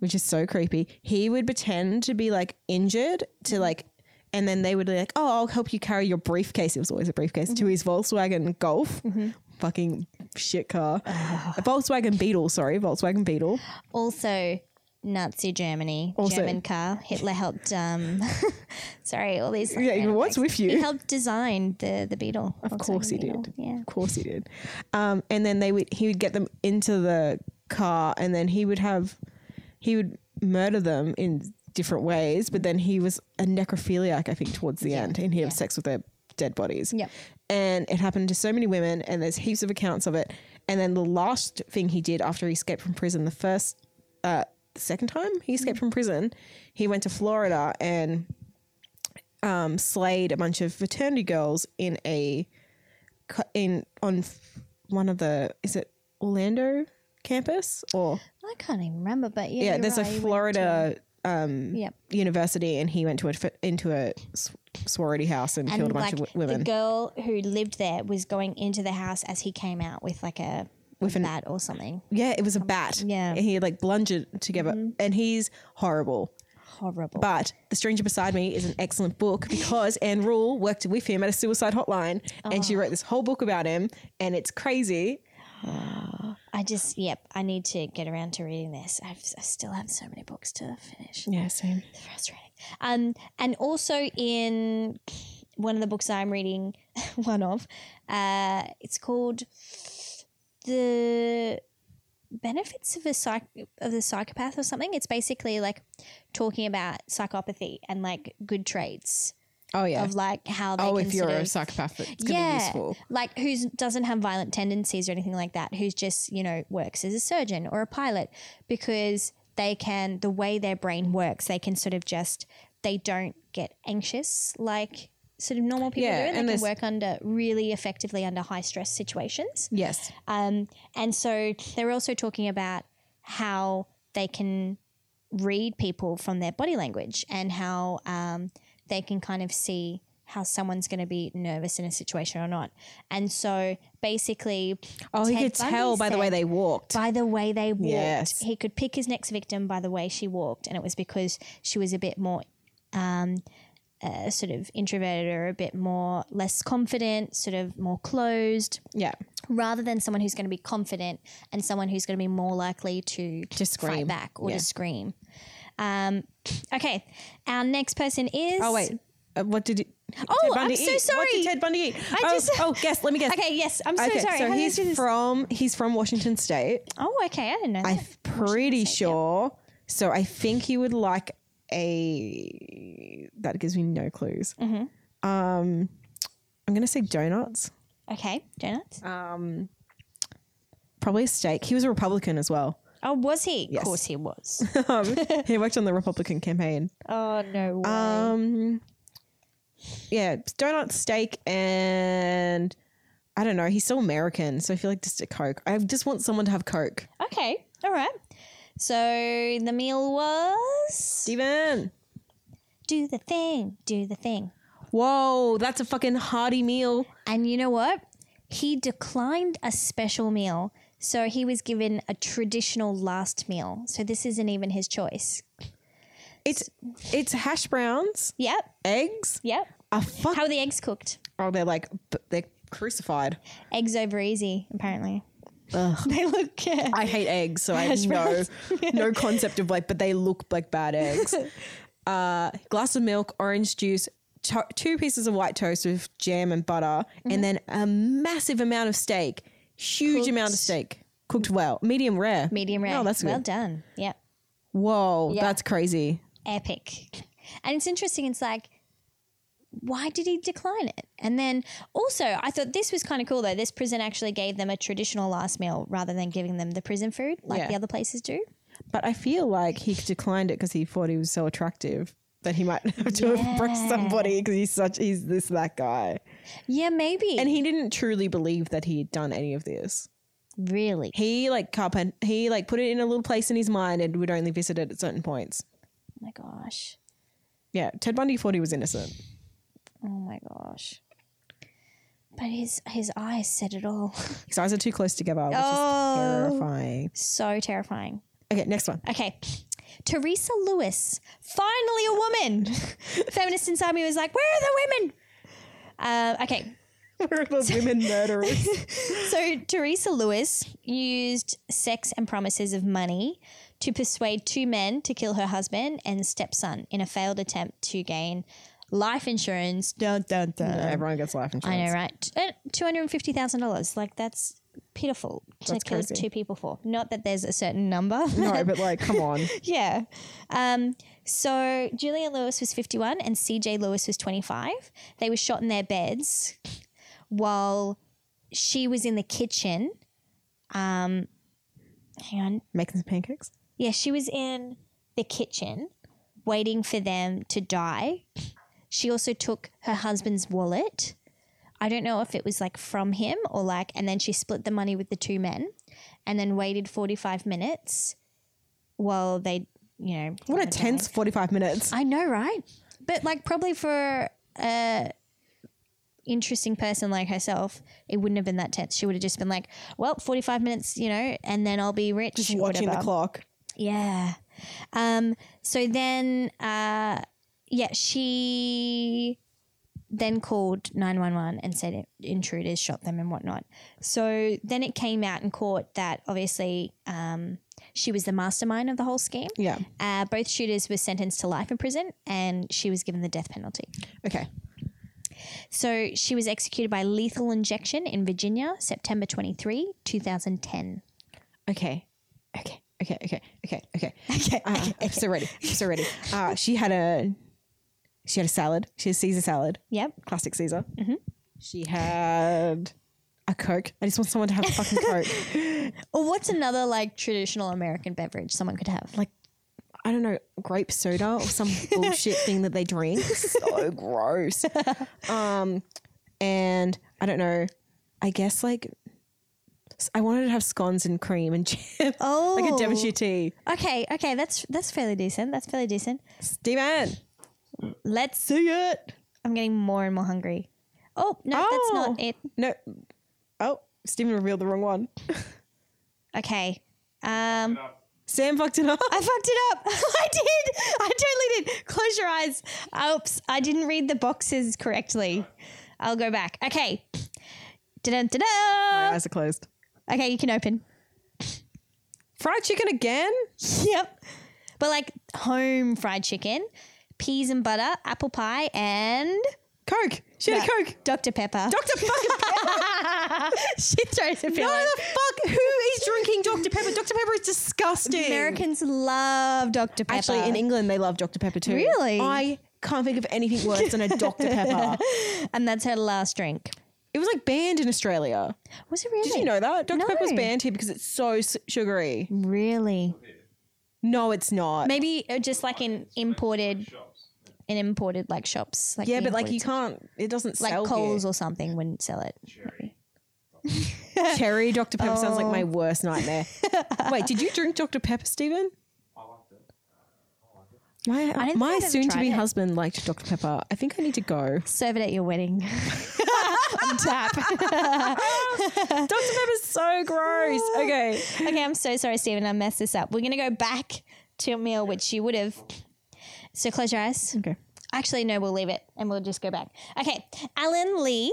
Speaker 2: which is so creepy. He would pretend to be like injured to like. And then they would be like, "Oh, I'll help you carry your briefcase." It was always a briefcase to his Volkswagen Golf, fucking shit car, a Volkswagen Beetle. Sorry, Volkswagen Beetle.
Speaker 1: Also, Nazi Germany,
Speaker 2: Also-
Speaker 1: German car. Hitler helped. Um, sorry, all these. like,
Speaker 2: Yeah,
Speaker 1: random
Speaker 2: what's
Speaker 1: facts.
Speaker 2: with you?
Speaker 1: He helped design the the Beetle.
Speaker 2: Of course he did.
Speaker 1: Yeah.
Speaker 2: Of course he did. Um, and then they would he would get them into the car, and then he would have he would murder them in different ways, but then he was a necrophiliac, I think, towards the end, and he had sex with their dead bodies.
Speaker 1: Yep.
Speaker 2: And it happened to so many women, and there's heaps of accounts of it. And then the last thing he did after he escaped from prison, the first, uh, second time he escaped from prison, he went to Florida and um, slayed a bunch of fraternity girls in a cu- in on f- one of the is it Orlando campus or
Speaker 1: I can't even remember, but yeah,
Speaker 2: yeah,
Speaker 1: you're
Speaker 2: there's
Speaker 1: right,
Speaker 2: a
Speaker 1: he went
Speaker 2: Florida
Speaker 1: to- Yep.
Speaker 2: university and he went to a f- into a s- sorority house and, killed a
Speaker 1: And
Speaker 2: bunch
Speaker 1: like
Speaker 2: of w- women
Speaker 1: the girl who lived there was going into the house as he came out with like a with
Speaker 2: an-
Speaker 1: bat or something.
Speaker 2: yeah it was a bat
Speaker 1: Yeah. Mm-hmm.
Speaker 2: and he had like blunged it together and he's horrible
Speaker 1: Horrible.
Speaker 2: but The Stranger Beside Me is an excellent book because Anne Rule worked with him at a suicide hotline and
Speaker 1: Oh.
Speaker 2: she wrote this whole book about him and it's crazy.
Speaker 1: I just yep, I need to get around to reading this. I've, I still have so many books to finish.
Speaker 2: Yeah, same.
Speaker 1: frustrating. Um, and also in one of the books I'm reading, one of, uh, it's called the benefits of a psych of the psychopath or something. It's basically like talking about psychopathy and like good traits
Speaker 2: Oh yeah.
Speaker 1: of like how they
Speaker 2: oh, if
Speaker 1: consider
Speaker 2: you're a psychopath, it's gonna be useful.
Speaker 1: like who doesn't have violent tendencies or anything like that, who's just, you know, works as a surgeon or a pilot because they can, the way their brain works, they can sort of just, they don't get anxious like sort of normal people
Speaker 2: Yeah,
Speaker 1: do. And,
Speaker 2: and
Speaker 1: they
Speaker 2: there's-
Speaker 1: can work under really effectively under high stress situations.
Speaker 2: Yes.
Speaker 1: Um, and so they're also talking about how they can read people from their body language and how um, they can kind of see how someone's going to be nervous in a situation or not. And so basically,
Speaker 2: Oh, he
Speaker 1: Ted
Speaker 2: could
Speaker 1: Bundy
Speaker 2: tell by the way
Speaker 1: said-
Speaker 2: they walked.
Speaker 1: by the way they walked,
Speaker 2: Yes.
Speaker 1: he could pick his next victim by the way she walked. And it was because she was a bit more um, uh, sort of introverted or a bit more less confident, sort of more closed
Speaker 2: yeah.
Speaker 1: rather than someone who's going to be confident and someone who's going to be more likely to
Speaker 2: Just scream.
Speaker 1: fight back or
Speaker 2: Yeah.
Speaker 1: to scream. Um, okay, our next person is.
Speaker 2: Oh wait. Uh, what did he,
Speaker 1: Oh, I'm
Speaker 2: Ted Bundy
Speaker 1: so
Speaker 2: eat? What
Speaker 1: sorry.
Speaker 2: did Ted Bundy eat?
Speaker 1: I
Speaker 2: oh,
Speaker 1: just-
Speaker 2: oh, guess. Let me guess.
Speaker 1: Okay, yes, I'm so sorry. How
Speaker 2: So
Speaker 1: did I do
Speaker 2: he's
Speaker 1: this?
Speaker 2: from he's from Washington State.
Speaker 1: Oh, okay, I didn't know that.
Speaker 2: I'm pretty sure. So I think he would like a. That gives me no clues. Um,
Speaker 1: Mm-hmm.
Speaker 2: I'm gonna say donuts.
Speaker 1: okay, donuts.
Speaker 2: Uh, Probably a steak. He was a Republican as well.
Speaker 1: oh, was he?
Speaker 2: yes.
Speaker 1: Of course he was.
Speaker 2: Um, he worked on the Republican campaign.
Speaker 1: oh no way.
Speaker 2: Um, yeah, donut, steak, and I don't know. He's still American, so I feel like just a Coke. I just want someone to have Coke.
Speaker 1: okay, all right. So the meal was
Speaker 2: Steven.
Speaker 1: do the thing, do the thing.
Speaker 2: Whoa, that's a fucking hearty meal.
Speaker 1: And you know what? He declined a special meal. So he was given a traditional last meal. So this isn't even his choice.
Speaker 2: It's it's hash browns,
Speaker 1: Yep.
Speaker 2: eggs,
Speaker 1: Yep.
Speaker 2: a fuck.
Speaker 1: How are the eggs cooked?
Speaker 2: oh, they're like b- they're crucified.
Speaker 1: Eggs over easy, apparently. They look good.
Speaker 2: I hate eggs, so I have no no concept of like, but they look like bad eggs. uh, glass of milk, orange juice, to- two pieces of white toast with jam and butter, and then a massive amount of steak, huge amount of steak, cooked well, medium rare,
Speaker 1: Medium rare.
Speaker 2: Oh, that's
Speaker 1: well
Speaker 2: good.
Speaker 1: done. Yep.
Speaker 2: Whoa,
Speaker 1: Yeah.
Speaker 2: that's crazy.
Speaker 1: Epic. And it's interesting. It's like, why did he decline it? And then also, I thought this was kind of cool though. This prison actually gave them a traditional last meal rather than giving them the prison food like
Speaker 2: Yeah.
Speaker 1: the other places do.
Speaker 2: But I feel like he declined it because he thought he was so attractive that he might have to impress somebody because he's such he's this that guy,
Speaker 1: Yeah, maybe.
Speaker 2: and he didn't truly believe that he had done any of this.
Speaker 1: really?
Speaker 2: He like carpent. He like put it in a little place in his mind and would only visit it at certain points.
Speaker 1: Oh my gosh.
Speaker 2: Yeah, Ted Bundy thought he was innocent.
Speaker 1: Oh my gosh. But his his eyes said it all.
Speaker 2: His eyes are too close together, which
Speaker 1: Oh.
Speaker 2: is terrifying.
Speaker 1: so terrifying.
Speaker 2: Okay, next one.
Speaker 1: Okay. Teresa Lewis. Finally a woman. Feminist inside me was like, where are the women? Uh, okay.
Speaker 2: Where are those women murderers?
Speaker 1: So Teresa Lewis used sex and promises of money to persuade two men to kill her husband and stepson in a failed attempt to gain life insurance. Dun, dun, dun.
Speaker 2: Uh, Everyone gets life
Speaker 1: I know, Uh,
Speaker 2: insurance.
Speaker 1: right? Two hundred and fifty thousand dollars. Like that's pitiful to
Speaker 2: That's
Speaker 1: kill
Speaker 2: crazy.
Speaker 1: two people for. Not that there's a certain number.
Speaker 2: No, but like, come on.
Speaker 1: yeah. Um, so Julia Lewis was 51 and CJ Lewis was 25. They were shot in their beds while she was in the kitchen. Um, hang on.
Speaker 2: Making some pancakes.
Speaker 1: Yeah, she was in the kitchen waiting for them to die. She also took her husband's wallet. I don't know if it was like from him or like, and then she split the money with the two men and then waited 45 minutes while they, you know.
Speaker 2: What a
Speaker 1: died.
Speaker 2: tense 45 minutes.
Speaker 1: Oh I know, right? But like, probably for a interesting person like herself, it wouldn't have been that tense. She would have just been like, well, 45 minutes, you know, and then I'll be rich.
Speaker 2: Just
Speaker 1: or
Speaker 2: watching
Speaker 1: whatever.
Speaker 2: the clock.
Speaker 1: Yeah. Um, so then, uh, yeah, she then called 911 and said intruders shot them and whatnot. So then it came out in court that obviously um, she was the mastermind of the whole scheme.
Speaker 2: Yeah.
Speaker 1: Uh, both shooters were sentenced to life in prison and she was given the death penalty.
Speaker 2: Okay.
Speaker 1: So she was executed by lethal injection in Virginia, September 23, 2010.
Speaker 2: Okay. Okay. Okay. Okay. Okay. Okay. Okay. Uh, I'm so ready. I'm so ready. Uh, she had a she had a salad. She had a Caesar salad.
Speaker 1: Yep.
Speaker 2: Classic Caesar. Mm-hmm. She had a Coke. I just want someone to have a fucking Coke.
Speaker 1: Or Oh, what's another like traditional American beverage someone could have?
Speaker 2: Like I don't know, grape soda or some bullshit thing that they drink. So gross. Um, and I don't know. I guess like I wanted to have scones and cream and jam,
Speaker 1: Oh,
Speaker 2: like a Devonshire tea.
Speaker 1: Okay, okay, that's that's fairly decent. That's fairly decent.
Speaker 2: Steven,
Speaker 1: Let's.
Speaker 2: see it.
Speaker 1: I'm getting more and more hungry. Oh no,
Speaker 2: Oh.
Speaker 1: that's not it.
Speaker 2: No. Oh, Steven revealed the wrong one.
Speaker 1: Okay. Um,
Speaker 2: Sam fucked it up.
Speaker 1: I fucked it up. I did. I totally did. Close your eyes. Oops, I didn't read the boxes correctly. I'll go back. Okay. Da da
Speaker 2: My
Speaker 1: da.
Speaker 2: eyes are closed.
Speaker 1: Okay, you can open.
Speaker 2: Fried chicken again?
Speaker 1: Yep. But like home fried chicken, peas and butter, apple pie, and
Speaker 2: Coke. She had a Coke.
Speaker 1: Dr Pepper.
Speaker 2: Dr. Fucking Pepper.
Speaker 1: she throws a pillow.
Speaker 2: No, the fuck. Who is drinking Dr. Pepper? Dr. Pepper is disgusting.
Speaker 1: Americans love Dr. Pepper.
Speaker 2: Actually, in England, they love Dr. Pepper too.
Speaker 1: Really?
Speaker 2: I can't think of anything worse than a Dr. Pepper.
Speaker 1: and that's her last drink.
Speaker 2: It was like banned in Australia.
Speaker 1: Was it really?
Speaker 2: Did you know that? Dr.
Speaker 1: No.
Speaker 2: Pepper was banned here because it's so s- sugary.
Speaker 1: Really?
Speaker 2: No, it's not.
Speaker 1: Maybe uh, just like in imported, in imported like shops. Like
Speaker 2: yeah,
Speaker 1: the
Speaker 2: but like you
Speaker 1: imported-
Speaker 2: can't, it doesn't sell
Speaker 1: like Coles
Speaker 2: here.
Speaker 1: or something wouldn't sell it.
Speaker 2: Cherry Dr. Pepper sounds like
Speaker 1: Oh.
Speaker 2: my worst nightmare. Wait, did you drink Dr. Pepper, Stephen? My,
Speaker 1: don't think
Speaker 2: my
Speaker 1: I've ever
Speaker 2: soon to be
Speaker 1: tried it.
Speaker 2: husband liked Dr. Pepper. I think I need to go.
Speaker 1: Serve it at your wedding. Tap.
Speaker 2: Dr. Pepper's so gross. Okay.
Speaker 1: okay, I'm so sorry, Stephen. I messed this up. We're gonna go back to a meal which you would have. So close your eyes.
Speaker 2: Okay.
Speaker 1: Actually, no, we'll leave it and we'll just go back. Okay. Alan Lee,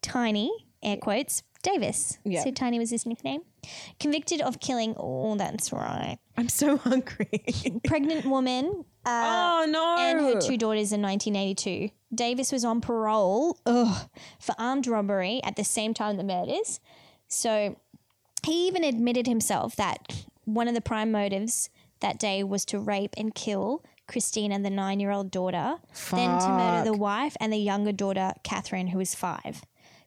Speaker 1: Tiny, air quotes, Davis.
Speaker 2: Yeah.
Speaker 1: So Tiny was his nickname. Convicted of killing, oh, that's right.
Speaker 2: I'm so hungry.
Speaker 1: Pregnant woman uh,
Speaker 2: oh no.
Speaker 1: and her two daughters in 1982. Davis was on parole ugh, for armed robbery at the same time the murders. So he even admitted himself that one of the prime motives that day was to rape and kill Christina, the nine year old daughter, then to murder the wife and the younger daughter, Catherine, who was five.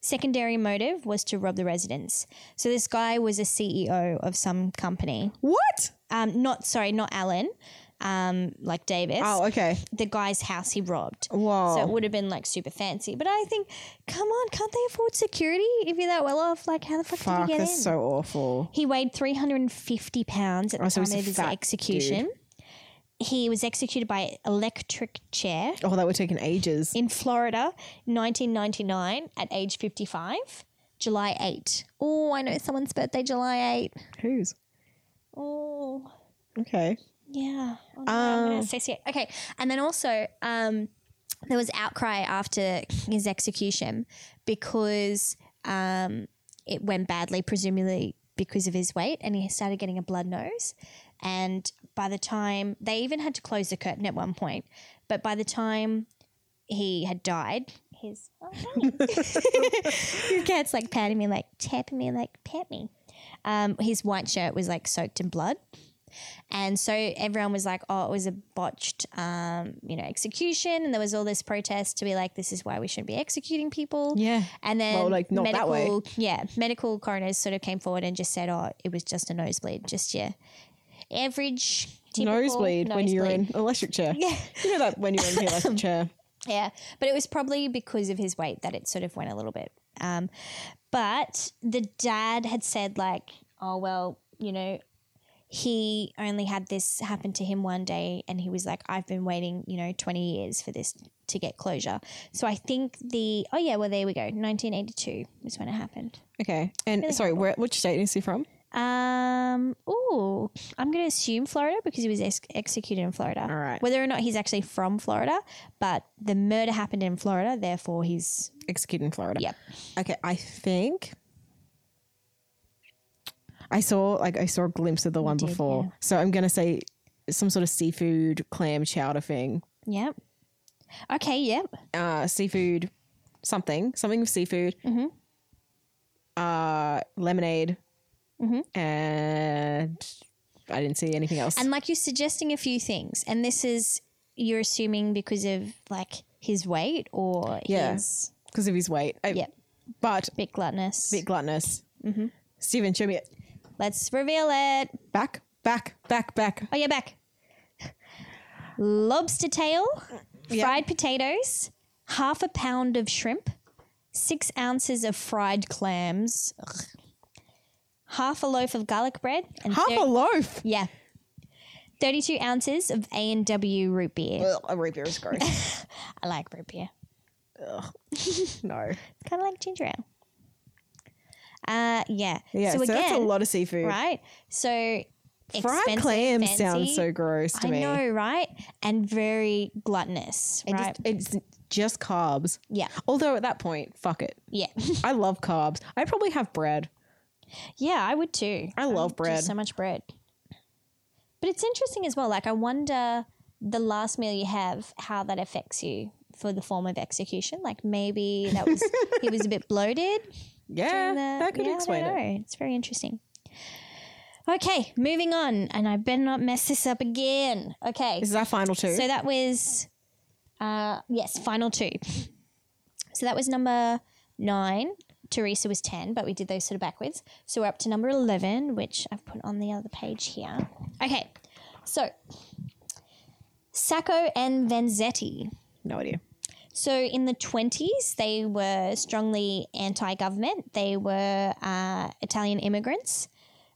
Speaker 1: Secondary motive was to rob the residence. So this guy was a CEO of some company.
Speaker 2: what?
Speaker 1: Um, not sorry, not Alan, um, like Davis
Speaker 2: Oh, okay.
Speaker 1: the guy's house he robbed.
Speaker 2: Wow.
Speaker 1: So it would have been like super fancy. But I think, come on, can't they afford security if you're that well off? Like, how the fuck,
Speaker 2: Fuck,
Speaker 1: did he get in?
Speaker 2: that's so awful.
Speaker 1: he weighed 350 pounds at the
Speaker 2: so
Speaker 1: time
Speaker 2: he's a
Speaker 1: of his
Speaker 2: fat
Speaker 1: execution. He was executed by electric chair
Speaker 2: Oh, that would take ages.
Speaker 1: in Florida, 1999, at age 55, July 8. Oh, I know someone's birthday, July 8.
Speaker 2: Who's?
Speaker 1: Oh.
Speaker 2: Okay.
Speaker 1: Yeah. Oh, no, I'm gonna associate. Okay. And then also, um, there was outcry after his execution because um, it went badly, presumably because of his weight, and he started getting a blood nose. And by the time they even had to close the curtain at one point, but by the time he had died, his. Oh, hey. Your cat's like patting me, like tapping me, like pat me. Um, his white shirt was like soaked in blood. And so everyone was like, oh, it was a botched, um, you know, execution. And there was all this protest to be like, this is why we shouldn't be executing people.
Speaker 2: Yeah.
Speaker 1: And then
Speaker 2: Well, like, not that
Speaker 1: medical,
Speaker 2: way.
Speaker 1: yeah, medical coroners sort of came forward and just said, oh, it was just a nosebleed, just your average typical
Speaker 2: nosebleed when you're
Speaker 1: nosebleed."
Speaker 2: in electric chair. Yeah. You know that when you're in the electric chair.
Speaker 1: Yeah, but it was probably because of his weight that it sort of went a little bit. Um, but the dad had said like, "Oh well, you know, he only had this happen to him one day, and he was like, I've been waiting, you know, twenty years for this to get closure." So I think the oh yeah, well there we go, nineteen eighty two was when it happened.
Speaker 2: Okay. And sorry, where, which state is he from?
Speaker 1: Um, oh, I'm going to assume Florida because he was ex- executed in Florida.
Speaker 2: All right.
Speaker 1: Whether or not he's actually from Florida, but the murder happened in Florida, therefore he's
Speaker 2: Executed in Florida.
Speaker 1: Yep.
Speaker 2: Okay, I think I saw like I saw a glimpse of the one
Speaker 1: did,
Speaker 2: before.
Speaker 1: yeah.
Speaker 2: So I'm gonna say some sort of seafood clam chowder thing.
Speaker 1: Yep. Okay, yep.
Speaker 2: Uh seafood something. Something with seafood. Mm-hmm. Uh lemonade. Mm-hmm. And I didn't see anything else.
Speaker 1: And like you're suggesting a few things, and this is you're assuming because of like his weight or
Speaker 2: Yeah.
Speaker 1: his
Speaker 2: Because of his weight. I,
Speaker 1: Yep.
Speaker 2: But
Speaker 1: bit gluttonous.
Speaker 2: bit gluttonous. Mm-hmm. Steven, show me it.
Speaker 1: Let's reveal it.
Speaker 2: Back, back, back, back.
Speaker 1: Oh yeah, back. Lobster tail, fried potatoes, half a pound of shrimp, six ounces of fried clams, Ugh. half a loaf of garlic bread, and
Speaker 2: Half
Speaker 1: thir-
Speaker 2: a loaf.
Speaker 1: yeah, thirty-two ounces of A and W root beer.
Speaker 2: Ugh, a root beer is gross.
Speaker 1: I like root beer.
Speaker 2: no.
Speaker 1: It's kind of like ginger ale. Uh, yeah.
Speaker 2: Yeah, so, that's a lot of seafood.
Speaker 1: right? So
Speaker 2: Fried
Speaker 1: expensive,
Speaker 2: clams
Speaker 1: fancy.
Speaker 2: sounds so gross to
Speaker 1: I
Speaker 2: me.
Speaker 1: know, right? And very gluttonous,
Speaker 2: It
Speaker 1: right?
Speaker 2: just- it's just carbs.
Speaker 1: yeah,
Speaker 2: Although at that point, fuck it.
Speaker 1: yeah,
Speaker 2: I love carbs. I probably have bread.
Speaker 1: yeah. I would too.
Speaker 2: I love
Speaker 1: would do
Speaker 2: bread.
Speaker 1: So much bread. But it's interesting as well. Like, I wonder the last meal you have, how that affects you for the form of execution. Like, maybe that was he was a bit bloated.
Speaker 2: Yeah,
Speaker 1: during the-
Speaker 2: Eh, that could
Speaker 1: yeah,
Speaker 2: explain
Speaker 1: I don't
Speaker 2: it.
Speaker 1: know. It's very interesting. Okay, moving on, and I better not mess this up again. Okay,
Speaker 2: This is our final two.
Speaker 1: so that was, uh, yes, final two. So that was number nine. Teresa was 10, but we did those sort of backwards. So we're up to number 11, which I've put on the other page here. Okay, so Sacco and Vanzetti.
Speaker 2: no idea.
Speaker 1: So in the 20s, they were strongly anti government. They were uh, Italian immigrants.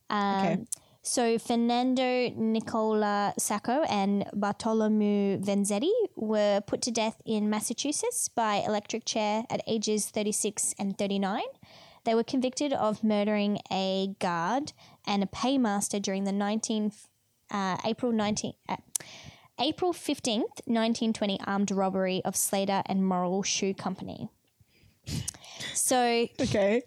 Speaker 1: Um,
Speaker 2: Okay.
Speaker 1: So Fernando Nicola Sacco and Bartolomeo Vanzetti were put to death in Massachusetts by electric chair at ages 36 and 39. They were convicted of murdering a guard and a paymaster during the 19, uh, April 19, uh, April 15th, 1920 armed robbery of Slater and Morrill Shoe Company. So
Speaker 2: Okay.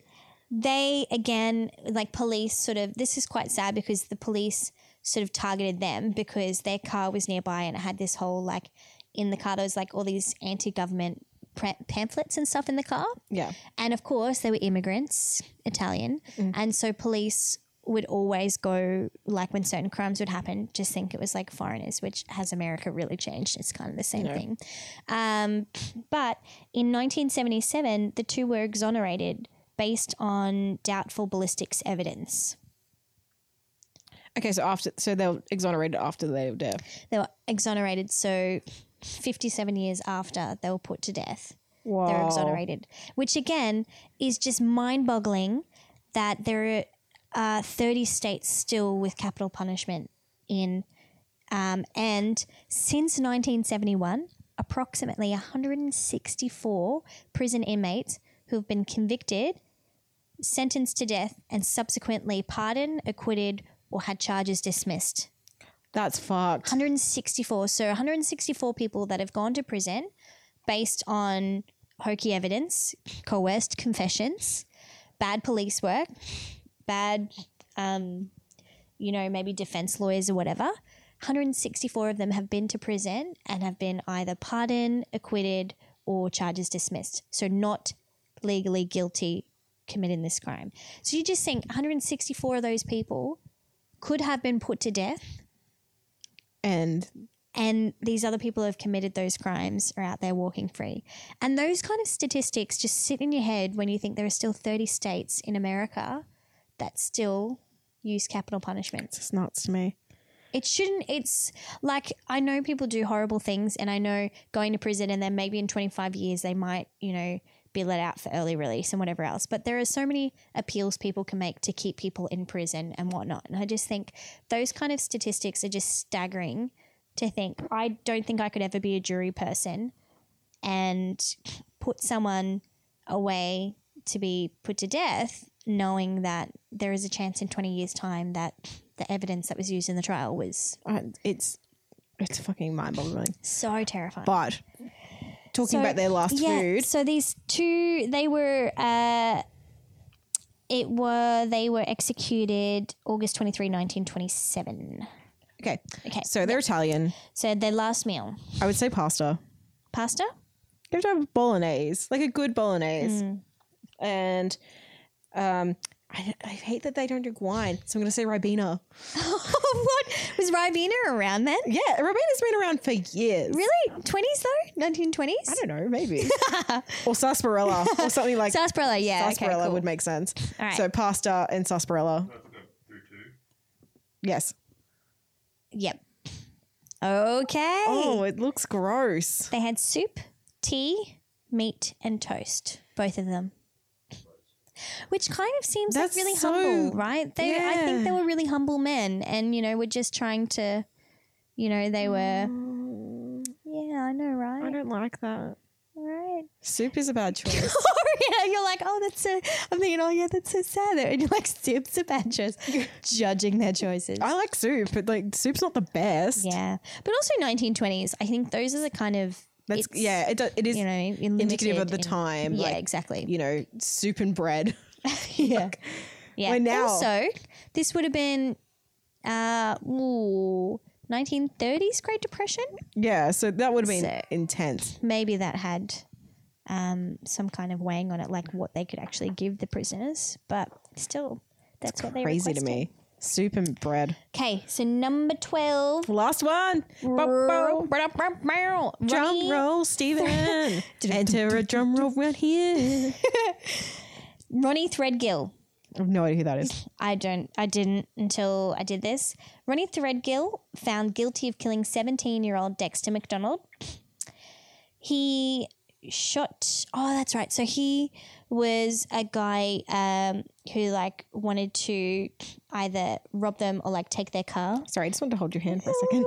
Speaker 1: they again like police sort of this is quite sad because the police sort of targeted them because their car was nearby and it had this whole like in the car there was like all these anti-government pre- pamphlets and stuff in the car
Speaker 2: Yeah.
Speaker 1: and of course they were immigrants italian and so police would always go like when certain crimes would happen just think it was like foreigners which has america really changed it's kind of the same thing um, but in 1977 the two were exonerated based on doubtful ballistics evidence
Speaker 2: Okay, so after so they're exonerated after they were dead.
Speaker 1: they were exonerated so 57 years after they were put to death they're
Speaker 2: Wow.
Speaker 1: exonerated, which again is just mind boggling that there are uh, 30 states still with capital punishment in. Um, and since 1971, approximately 164 prison inmates who have been convicted, sentenced to death, and subsequently pardoned, acquitted, or had charges dismissed.
Speaker 2: That's fucked.
Speaker 1: Um, 164. So 164 people that have gone to prison based on hokey evidence, coerced confessions, bad police work, bad, um, you know, maybe defense lawyers or whatever. 164 of them have been to prison and have been either pardoned, acquitted, or charges dismissed. So not legally guilty committing this crime. So you just think 164 of those people could have been put to death
Speaker 2: And
Speaker 1: and these other people who have committed those crimes are out there walking free. And those kind of statistics just sit in your head when you think there are still 30 states in America that still use capital punishment
Speaker 2: it's nuts to me.
Speaker 1: it shouldn't it's like i know people do horrible things and i know going to prison and then maybe in 25 years they might you know be let out for early release and whatever else but there are so many appeals people can make to keep people in prison and whatnot and i just think those kind of statistics are just staggering to think i don't think i could ever be a jury person and put someone away to be put to death, knowing that there is a chance in 20 years' time that the evidence that was used in the trial was
Speaker 2: I, it's it's fucking mind boggling.
Speaker 1: so terrifying.
Speaker 2: But talking
Speaker 1: So-
Speaker 2: about their last
Speaker 1: yeah,
Speaker 2: food,
Speaker 1: So these two, they were, uh, it were, they were executed August 23, 1927.
Speaker 2: okay,
Speaker 1: Okay.
Speaker 2: so they're Italian.
Speaker 1: So their last meal,
Speaker 2: I would say pasta.
Speaker 1: pasta?
Speaker 2: You have to have bolognese, like a good bolognese. And um, I, I hate that they don't drink wine, so I'm going to say Ribena.
Speaker 1: what? Was Ribena around then?
Speaker 2: Yeah, Ribena's been around for years.
Speaker 1: Really? 20s though? 1920s?
Speaker 2: I don't know, maybe. or sarsaparilla, or something like
Speaker 1: Sarsaparilla, yeah.
Speaker 2: sarsaparilla
Speaker 1: okay, cool.
Speaker 2: would make sense.
Speaker 1: All right.
Speaker 2: So pasta and sarsaparilla. Yes.
Speaker 1: Yep. Okay.
Speaker 2: Oh, it looks gross.
Speaker 1: They had soup, tea, meat, and toast. Both of them. Which kind of seems
Speaker 2: That's
Speaker 1: like really
Speaker 2: so-
Speaker 1: humble, right? They, I think they
Speaker 2: yeah.
Speaker 1: were really humble men, and you know, were just trying to, you know, they were.
Speaker 2: Mm.
Speaker 1: Yeah, I know, right?
Speaker 2: I don't like that.
Speaker 1: Right.
Speaker 2: Soup is a bad choice.
Speaker 1: yeah, you're like, oh, that's so. I'm thinking, oh, yeah, that's so sad. And you're like, soup's a bad choice, judging their choices.
Speaker 2: I like soup, but like soup's not the best.
Speaker 1: Yeah, but also 1920s. I think those are the kind of
Speaker 2: That's
Speaker 1: it's,
Speaker 2: yeah, it, do- it is
Speaker 1: you know in
Speaker 2: indicative of
Speaker 1: limited
Speaker 2: the
Speaker 1: in-
Speaker 2: time.
Speaker 1: yeah,
Speaker 2: like,
Speaker 1: exactly.
Speaker 2: you know, soup and bread.
Speaker 1: Yeah, yeah.
Speaker 2: Well, now-
Speaker 1: also, this would have been uh ooh, 1930s Great Depression.
Speaker 2: Yeah, so that would have been
Speaker 1: So-
Speaker 2: intense.
Speaker 1: Maybe that had um some kind of weighing on it, like what they could actually give the prisoners. But still, that's what they
Speaker 2: Crazy to me. Soup and bread.
Speaker 1: Okay, so number twelve.
Speaker 2: Last one. Bow, bow. Drum
Speaker 1: Ronnie-
Speaker 2: roll, Stephen. Enter a drum roll right here.
Speaker 1: Ronnie Threadgill.
Speaker 2: I have no idea who that is.
Speaker 1: I don't. I didn't until I did this. Ronnie Threadgill found guilty of killing 17-year-old Dexter McDonald. He shot. Oh, that's right. So he was a guy um, who like wanted to either rob them or like take their car.
Speaker 2: Sorry, I just wanted to hold your hand for a second.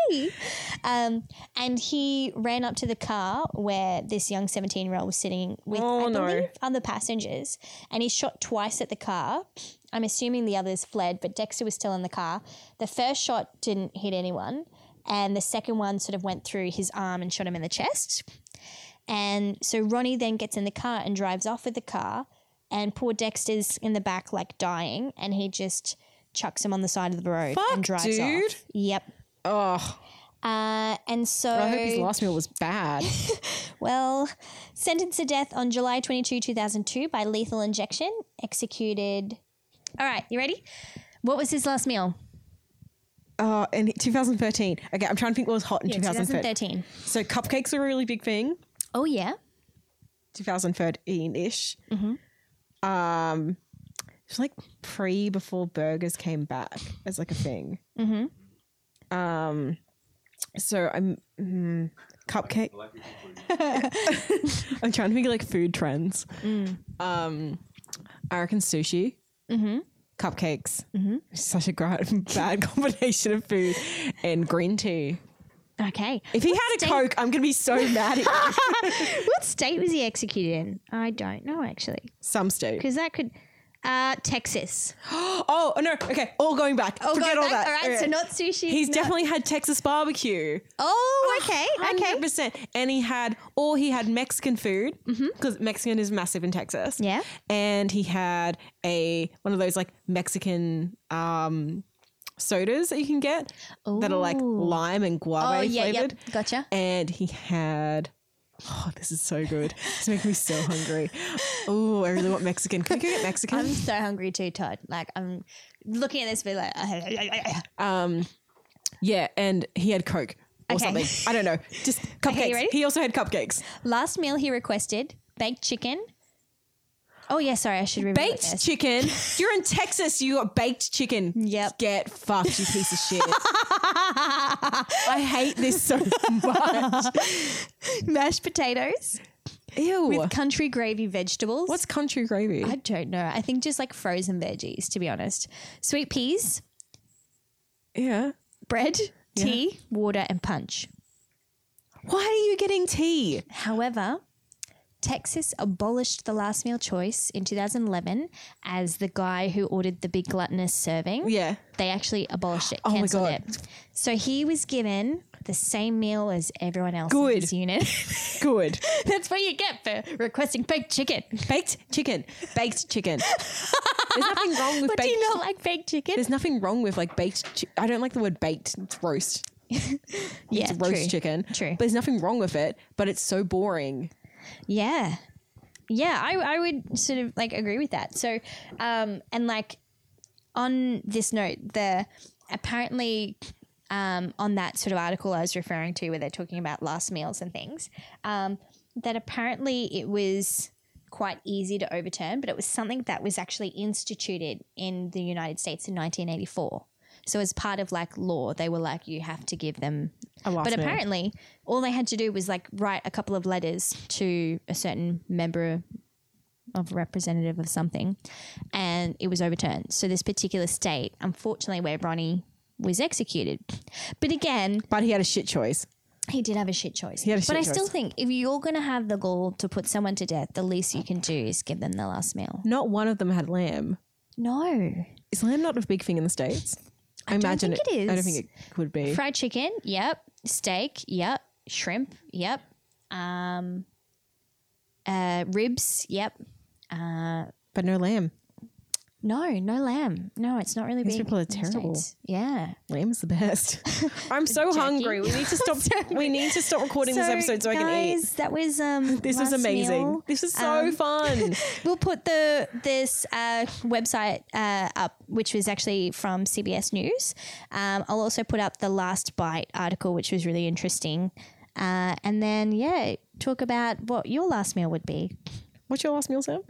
Speaker 1: Hey. Um, and he ran up to the car where this young 17 year old was sitting with,
Speaker 2: Oh,
Speaker 1: I
Speaker 2: no.
Speaker 1: believe, other passengers. And he shot twice at the car. I'm assuming the others fled, but Dexter was still in the car. The first shot didn't hit anyone. And the second one sort of went through his arm and shot him in the chest. And so Ronnie then gets in the car and drives off with the car. And poor Dexter's in the back, like dying. And he just chucks him on the side of the road
Speaker 2: Fuck,
Speaker 1: and drives
Speaker 2: dude.
Speaker 1: off. Yep.
Speaker 2: Oh,
Speaker 1: Uh, and so,
Speaker 2: I hope his last meal was bad.
Speaker 1: well, sentenced to death on July 22, 2002 by lethal injection, executed. All right, you ready? What was his last meal?
Speaker 2: Uh, in 2013. Okay, I'm trying to think what was hot in 2013.
Speaker 1: 2013.
Speaker 2: So cupcakes are a really big thing.
Speaker 1: Oh, yeah.
Speaker 2: 2013 ish. Um, it's like pre before burgers came back as like a thing. Mm-hmm. Um, so I'm mm, cupcake. I'm trying to think of like food trends. Um, I reckon sushi. Mm-hmm. Cupcakes. Mm-hmm. Such a great, bad combination of food and green tea.
Speaker 1: Okay.
Speaker 2: If he had a Coke, I'm going to be so mad at you.
Speaker 1: What state was he executed in? I don't know, actually.
Speaker 2: Some state.
Speaker 1: Because that could. Uh, Texas.
Speaker 2: Oh no! Okay, all going back.
Speaker 1: Oh,
Speaker 2: Forget
Speaker 1: go
Speaker 2: all
Speaker 1: back.
Speaker 2: that.
Speaker 1: All right, so not sushi.
Speaker 2: He's
Speaker 1: not-
Speaker 2: definitely had Texas barbecue.
Speaker 1: Oh, okay. Okay.
Speaker 2: percent. And he had, or he had Mexican food because Mexican is massive in Texas.
Speaker 1: Mm-hmm. Yeah.
Speaker 2: And he had a one of those like Mexican um, sodas that you can get that are like
Speaker 1: Ooh.
Speaker 2: lime and guava
Speaker 1: Oh, yeah,
Speaker 2: flavored.
Speaker 1: yep. Gotcha.
Speaker 2: And he had. Oh, this is so good. It's making me so hungry. Oh, I really want Mexican. Can we go get
Speaker 1: I'm
Speaker 2: Mexican?
Speaker 1: so hungry too, Todd. Like I'm looking at this, be like,
Speaker 2: Um, yeah, and he had Coke or
Speaker 1: Okay.
Speaker 2: something. I don't know. Just cupcakes.
Speaker 1: you ready? Oh
Speaker 2: He also had cupcakes.
Speaker 1: last meal he requested baked chicken. Oh yeah, sorry, I should remember
Speaker 2: Baked
Speaker 1: this.
Speaker 2: chicken. You're in Texas. You got baked chicken.
Speaker 1: Yep.
Speaker 2: Get fucked, you piece of shit. I hate this so much.
Speaker 1: mashed potatoes
Speaker 2: Ew.
Speaker 1: with country gravy vegetables.
Speaker 2: What's country gravy?
Speaker 1: I don't know. I think just like frozen veggies, to be honest. Sweet peas,
Speaker 2: yeah.
Speaker 1: bread, tea, water, and punch.
Speaker 2: Why are you getting tea?
Speaker 1: However, Texas abolished the last meal choice in 2011 as the guy who ordered the big gluttonous serving.
Speaker 2: Yeah.
Speaker 1: They actually abolished it,
Speaker 2: my
Speaker 1: cancelled
Speaker 2: God.
Speaker 1: it. So he was given the same meal as everyone else in
Speaker 2: Good.
Speaker 1: his unit.
Speaker 2: Good.
Speaker 1: That's what you get for requesting baked chicken.
Speaker 2: Baked chicken. Baked chicken. There's nothing wrong with
Speaker 1: But do
Speaker 2: baked
Speaker 1: you not like baked chicken?
Speaker 2: There's nothing wrong with like baked. Chi- I don't like the word baked. It's roast.
Speaker 1: yeah,
Speaker 2: It's roast
Speaker 1: true.
Speaker 2: chicken.
Speaker 1: True.
Speaker 2: But there's nothing wrong with it. But it's so boring.
Speaker 1: Yeah. Yeah, I, I would sort of like agree with that. So, um, and like on this note, the apparently um, on that sort of article I was referring to where they're talking about last meals and things, um, that apparently it was quite easy to overturn, but it was something that was actually instituted in the United States in 1984. So, as part of like law, they were like, you have to give them
Speaker 2: A last
Speaker 1: but
Speaker 2: meal.
Speaker 1: apparently, all they had to do was like write a couple of letters to a certain member of representative of something, and it was overturned. So this particular state, unfortunately, where Ronnie was executed, but again,
Speaker 2: But he had a shit choice.
Speaker 1: he did have a shit choice.
Speaker 2: had a
Speaker 1: but
Speaker 2: shit
Speaker 1: I
Speaker 2: choice.
Speaker 1: still think if you're going to have the goal to put someone to death, the least you can do is give them the last meal.
Speaker 2: Not one of them had lamb.
Speaker 1: No,
Speaker 2: Is lamb not a big thing in the states? I, imagine
Speaker 1: think it
Speaker 2: I don't
Speaker 1: is.
Speaker 2: think it could be.
Speaker 1: fried chicken. Yep, steak. Yep, shrimp. Yep, um, uh, ribs. Yep.
Speaker 2: but no lamb.
Speaker 1: No, no lamb. No, it's not really big.
Speaker 2: people are
Speaker 1: in the
Speaker 2: terrible.
Speaker 1: States. Yeah.
Speaker 2: Lamb is the best. I'm so
Speaker 1: Jerky.
Speaker 2: hungry. We need to stop. we need to stop recording this episode so I can eat.
Speaker 1: guys, That was um.
Speaker 2: This was
Speaker 1: last
Speaker 2: amazing.
Speaker 1: meal.
Speaker 2: This is so
Speaker 1: Um,
Speaker 2: fun.
Speaker 1: We'll put the this uh, website uh, up, which was actually from CBS News. Um, I'll also put up the last bite article, which was really interesting. Uh, and then yeah, talk about what your last meal would be.
Speaker 2: What's your last meal, Sam?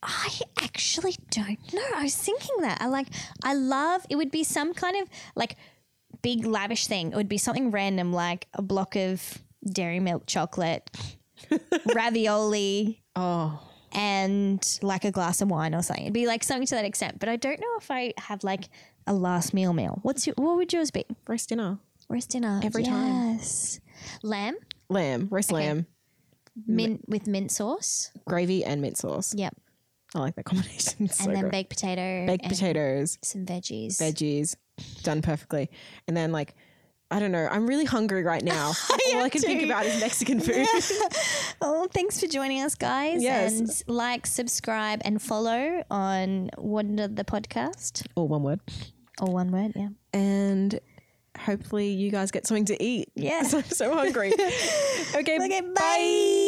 Speaker 1: I actually don't know. I was thinking that. I like, I love, it would be some kind of like big lavish thing. It would be something random like a block of dairy milk chocolate, ravioli,
Speaker 2: Oh,
Speaker 1: and like a glass of wine or something. It'd be like something to that extent. But I don't know if I have like a last meal meal. What's your, what would yours be?
Speaker 2: roast dinner.
Speaker 1: Roast dinner.
Speaker 2: Every time.
Speaker 1: yes. Lamb,
Speaker 2: Lamb, roast lamb,
Speaker 1: mint with mint sauce.
Speaker 2: gravy, and mint sauce.
Speaker 1: Yep.
Speaker 2: I like that combination. It's so
Speaker 1: and then
Speaker 2: good.
Speaker 1: baked potato.
Speaker 2: baked
Speaker 1: and
Speaker 2: potatoes,
Speaker 1: Some veggies.
Speaker 2: veggies, done perfectly. And then like, I don't know. I'm really hungry right now. All I can think
Speaker 1: too.
Speaker 2: about is Mexican food.
Speaker 1: Oh, thanks for joining us, guys.
Speaker 2: Yes.
Speaker 1: And like, subscribe, and follow on Wonder the Podcast.
Speaker 2: All Oh, one word.
Speaker 1: Or one word, yeah.
Speaker 2: And hopefully, you guys get something to eat.
Speaker 1: Yeah.
Speaker 2: I'm so hungry. okay.
Speaker 1: Okay, bye.
Speaker 2: bye.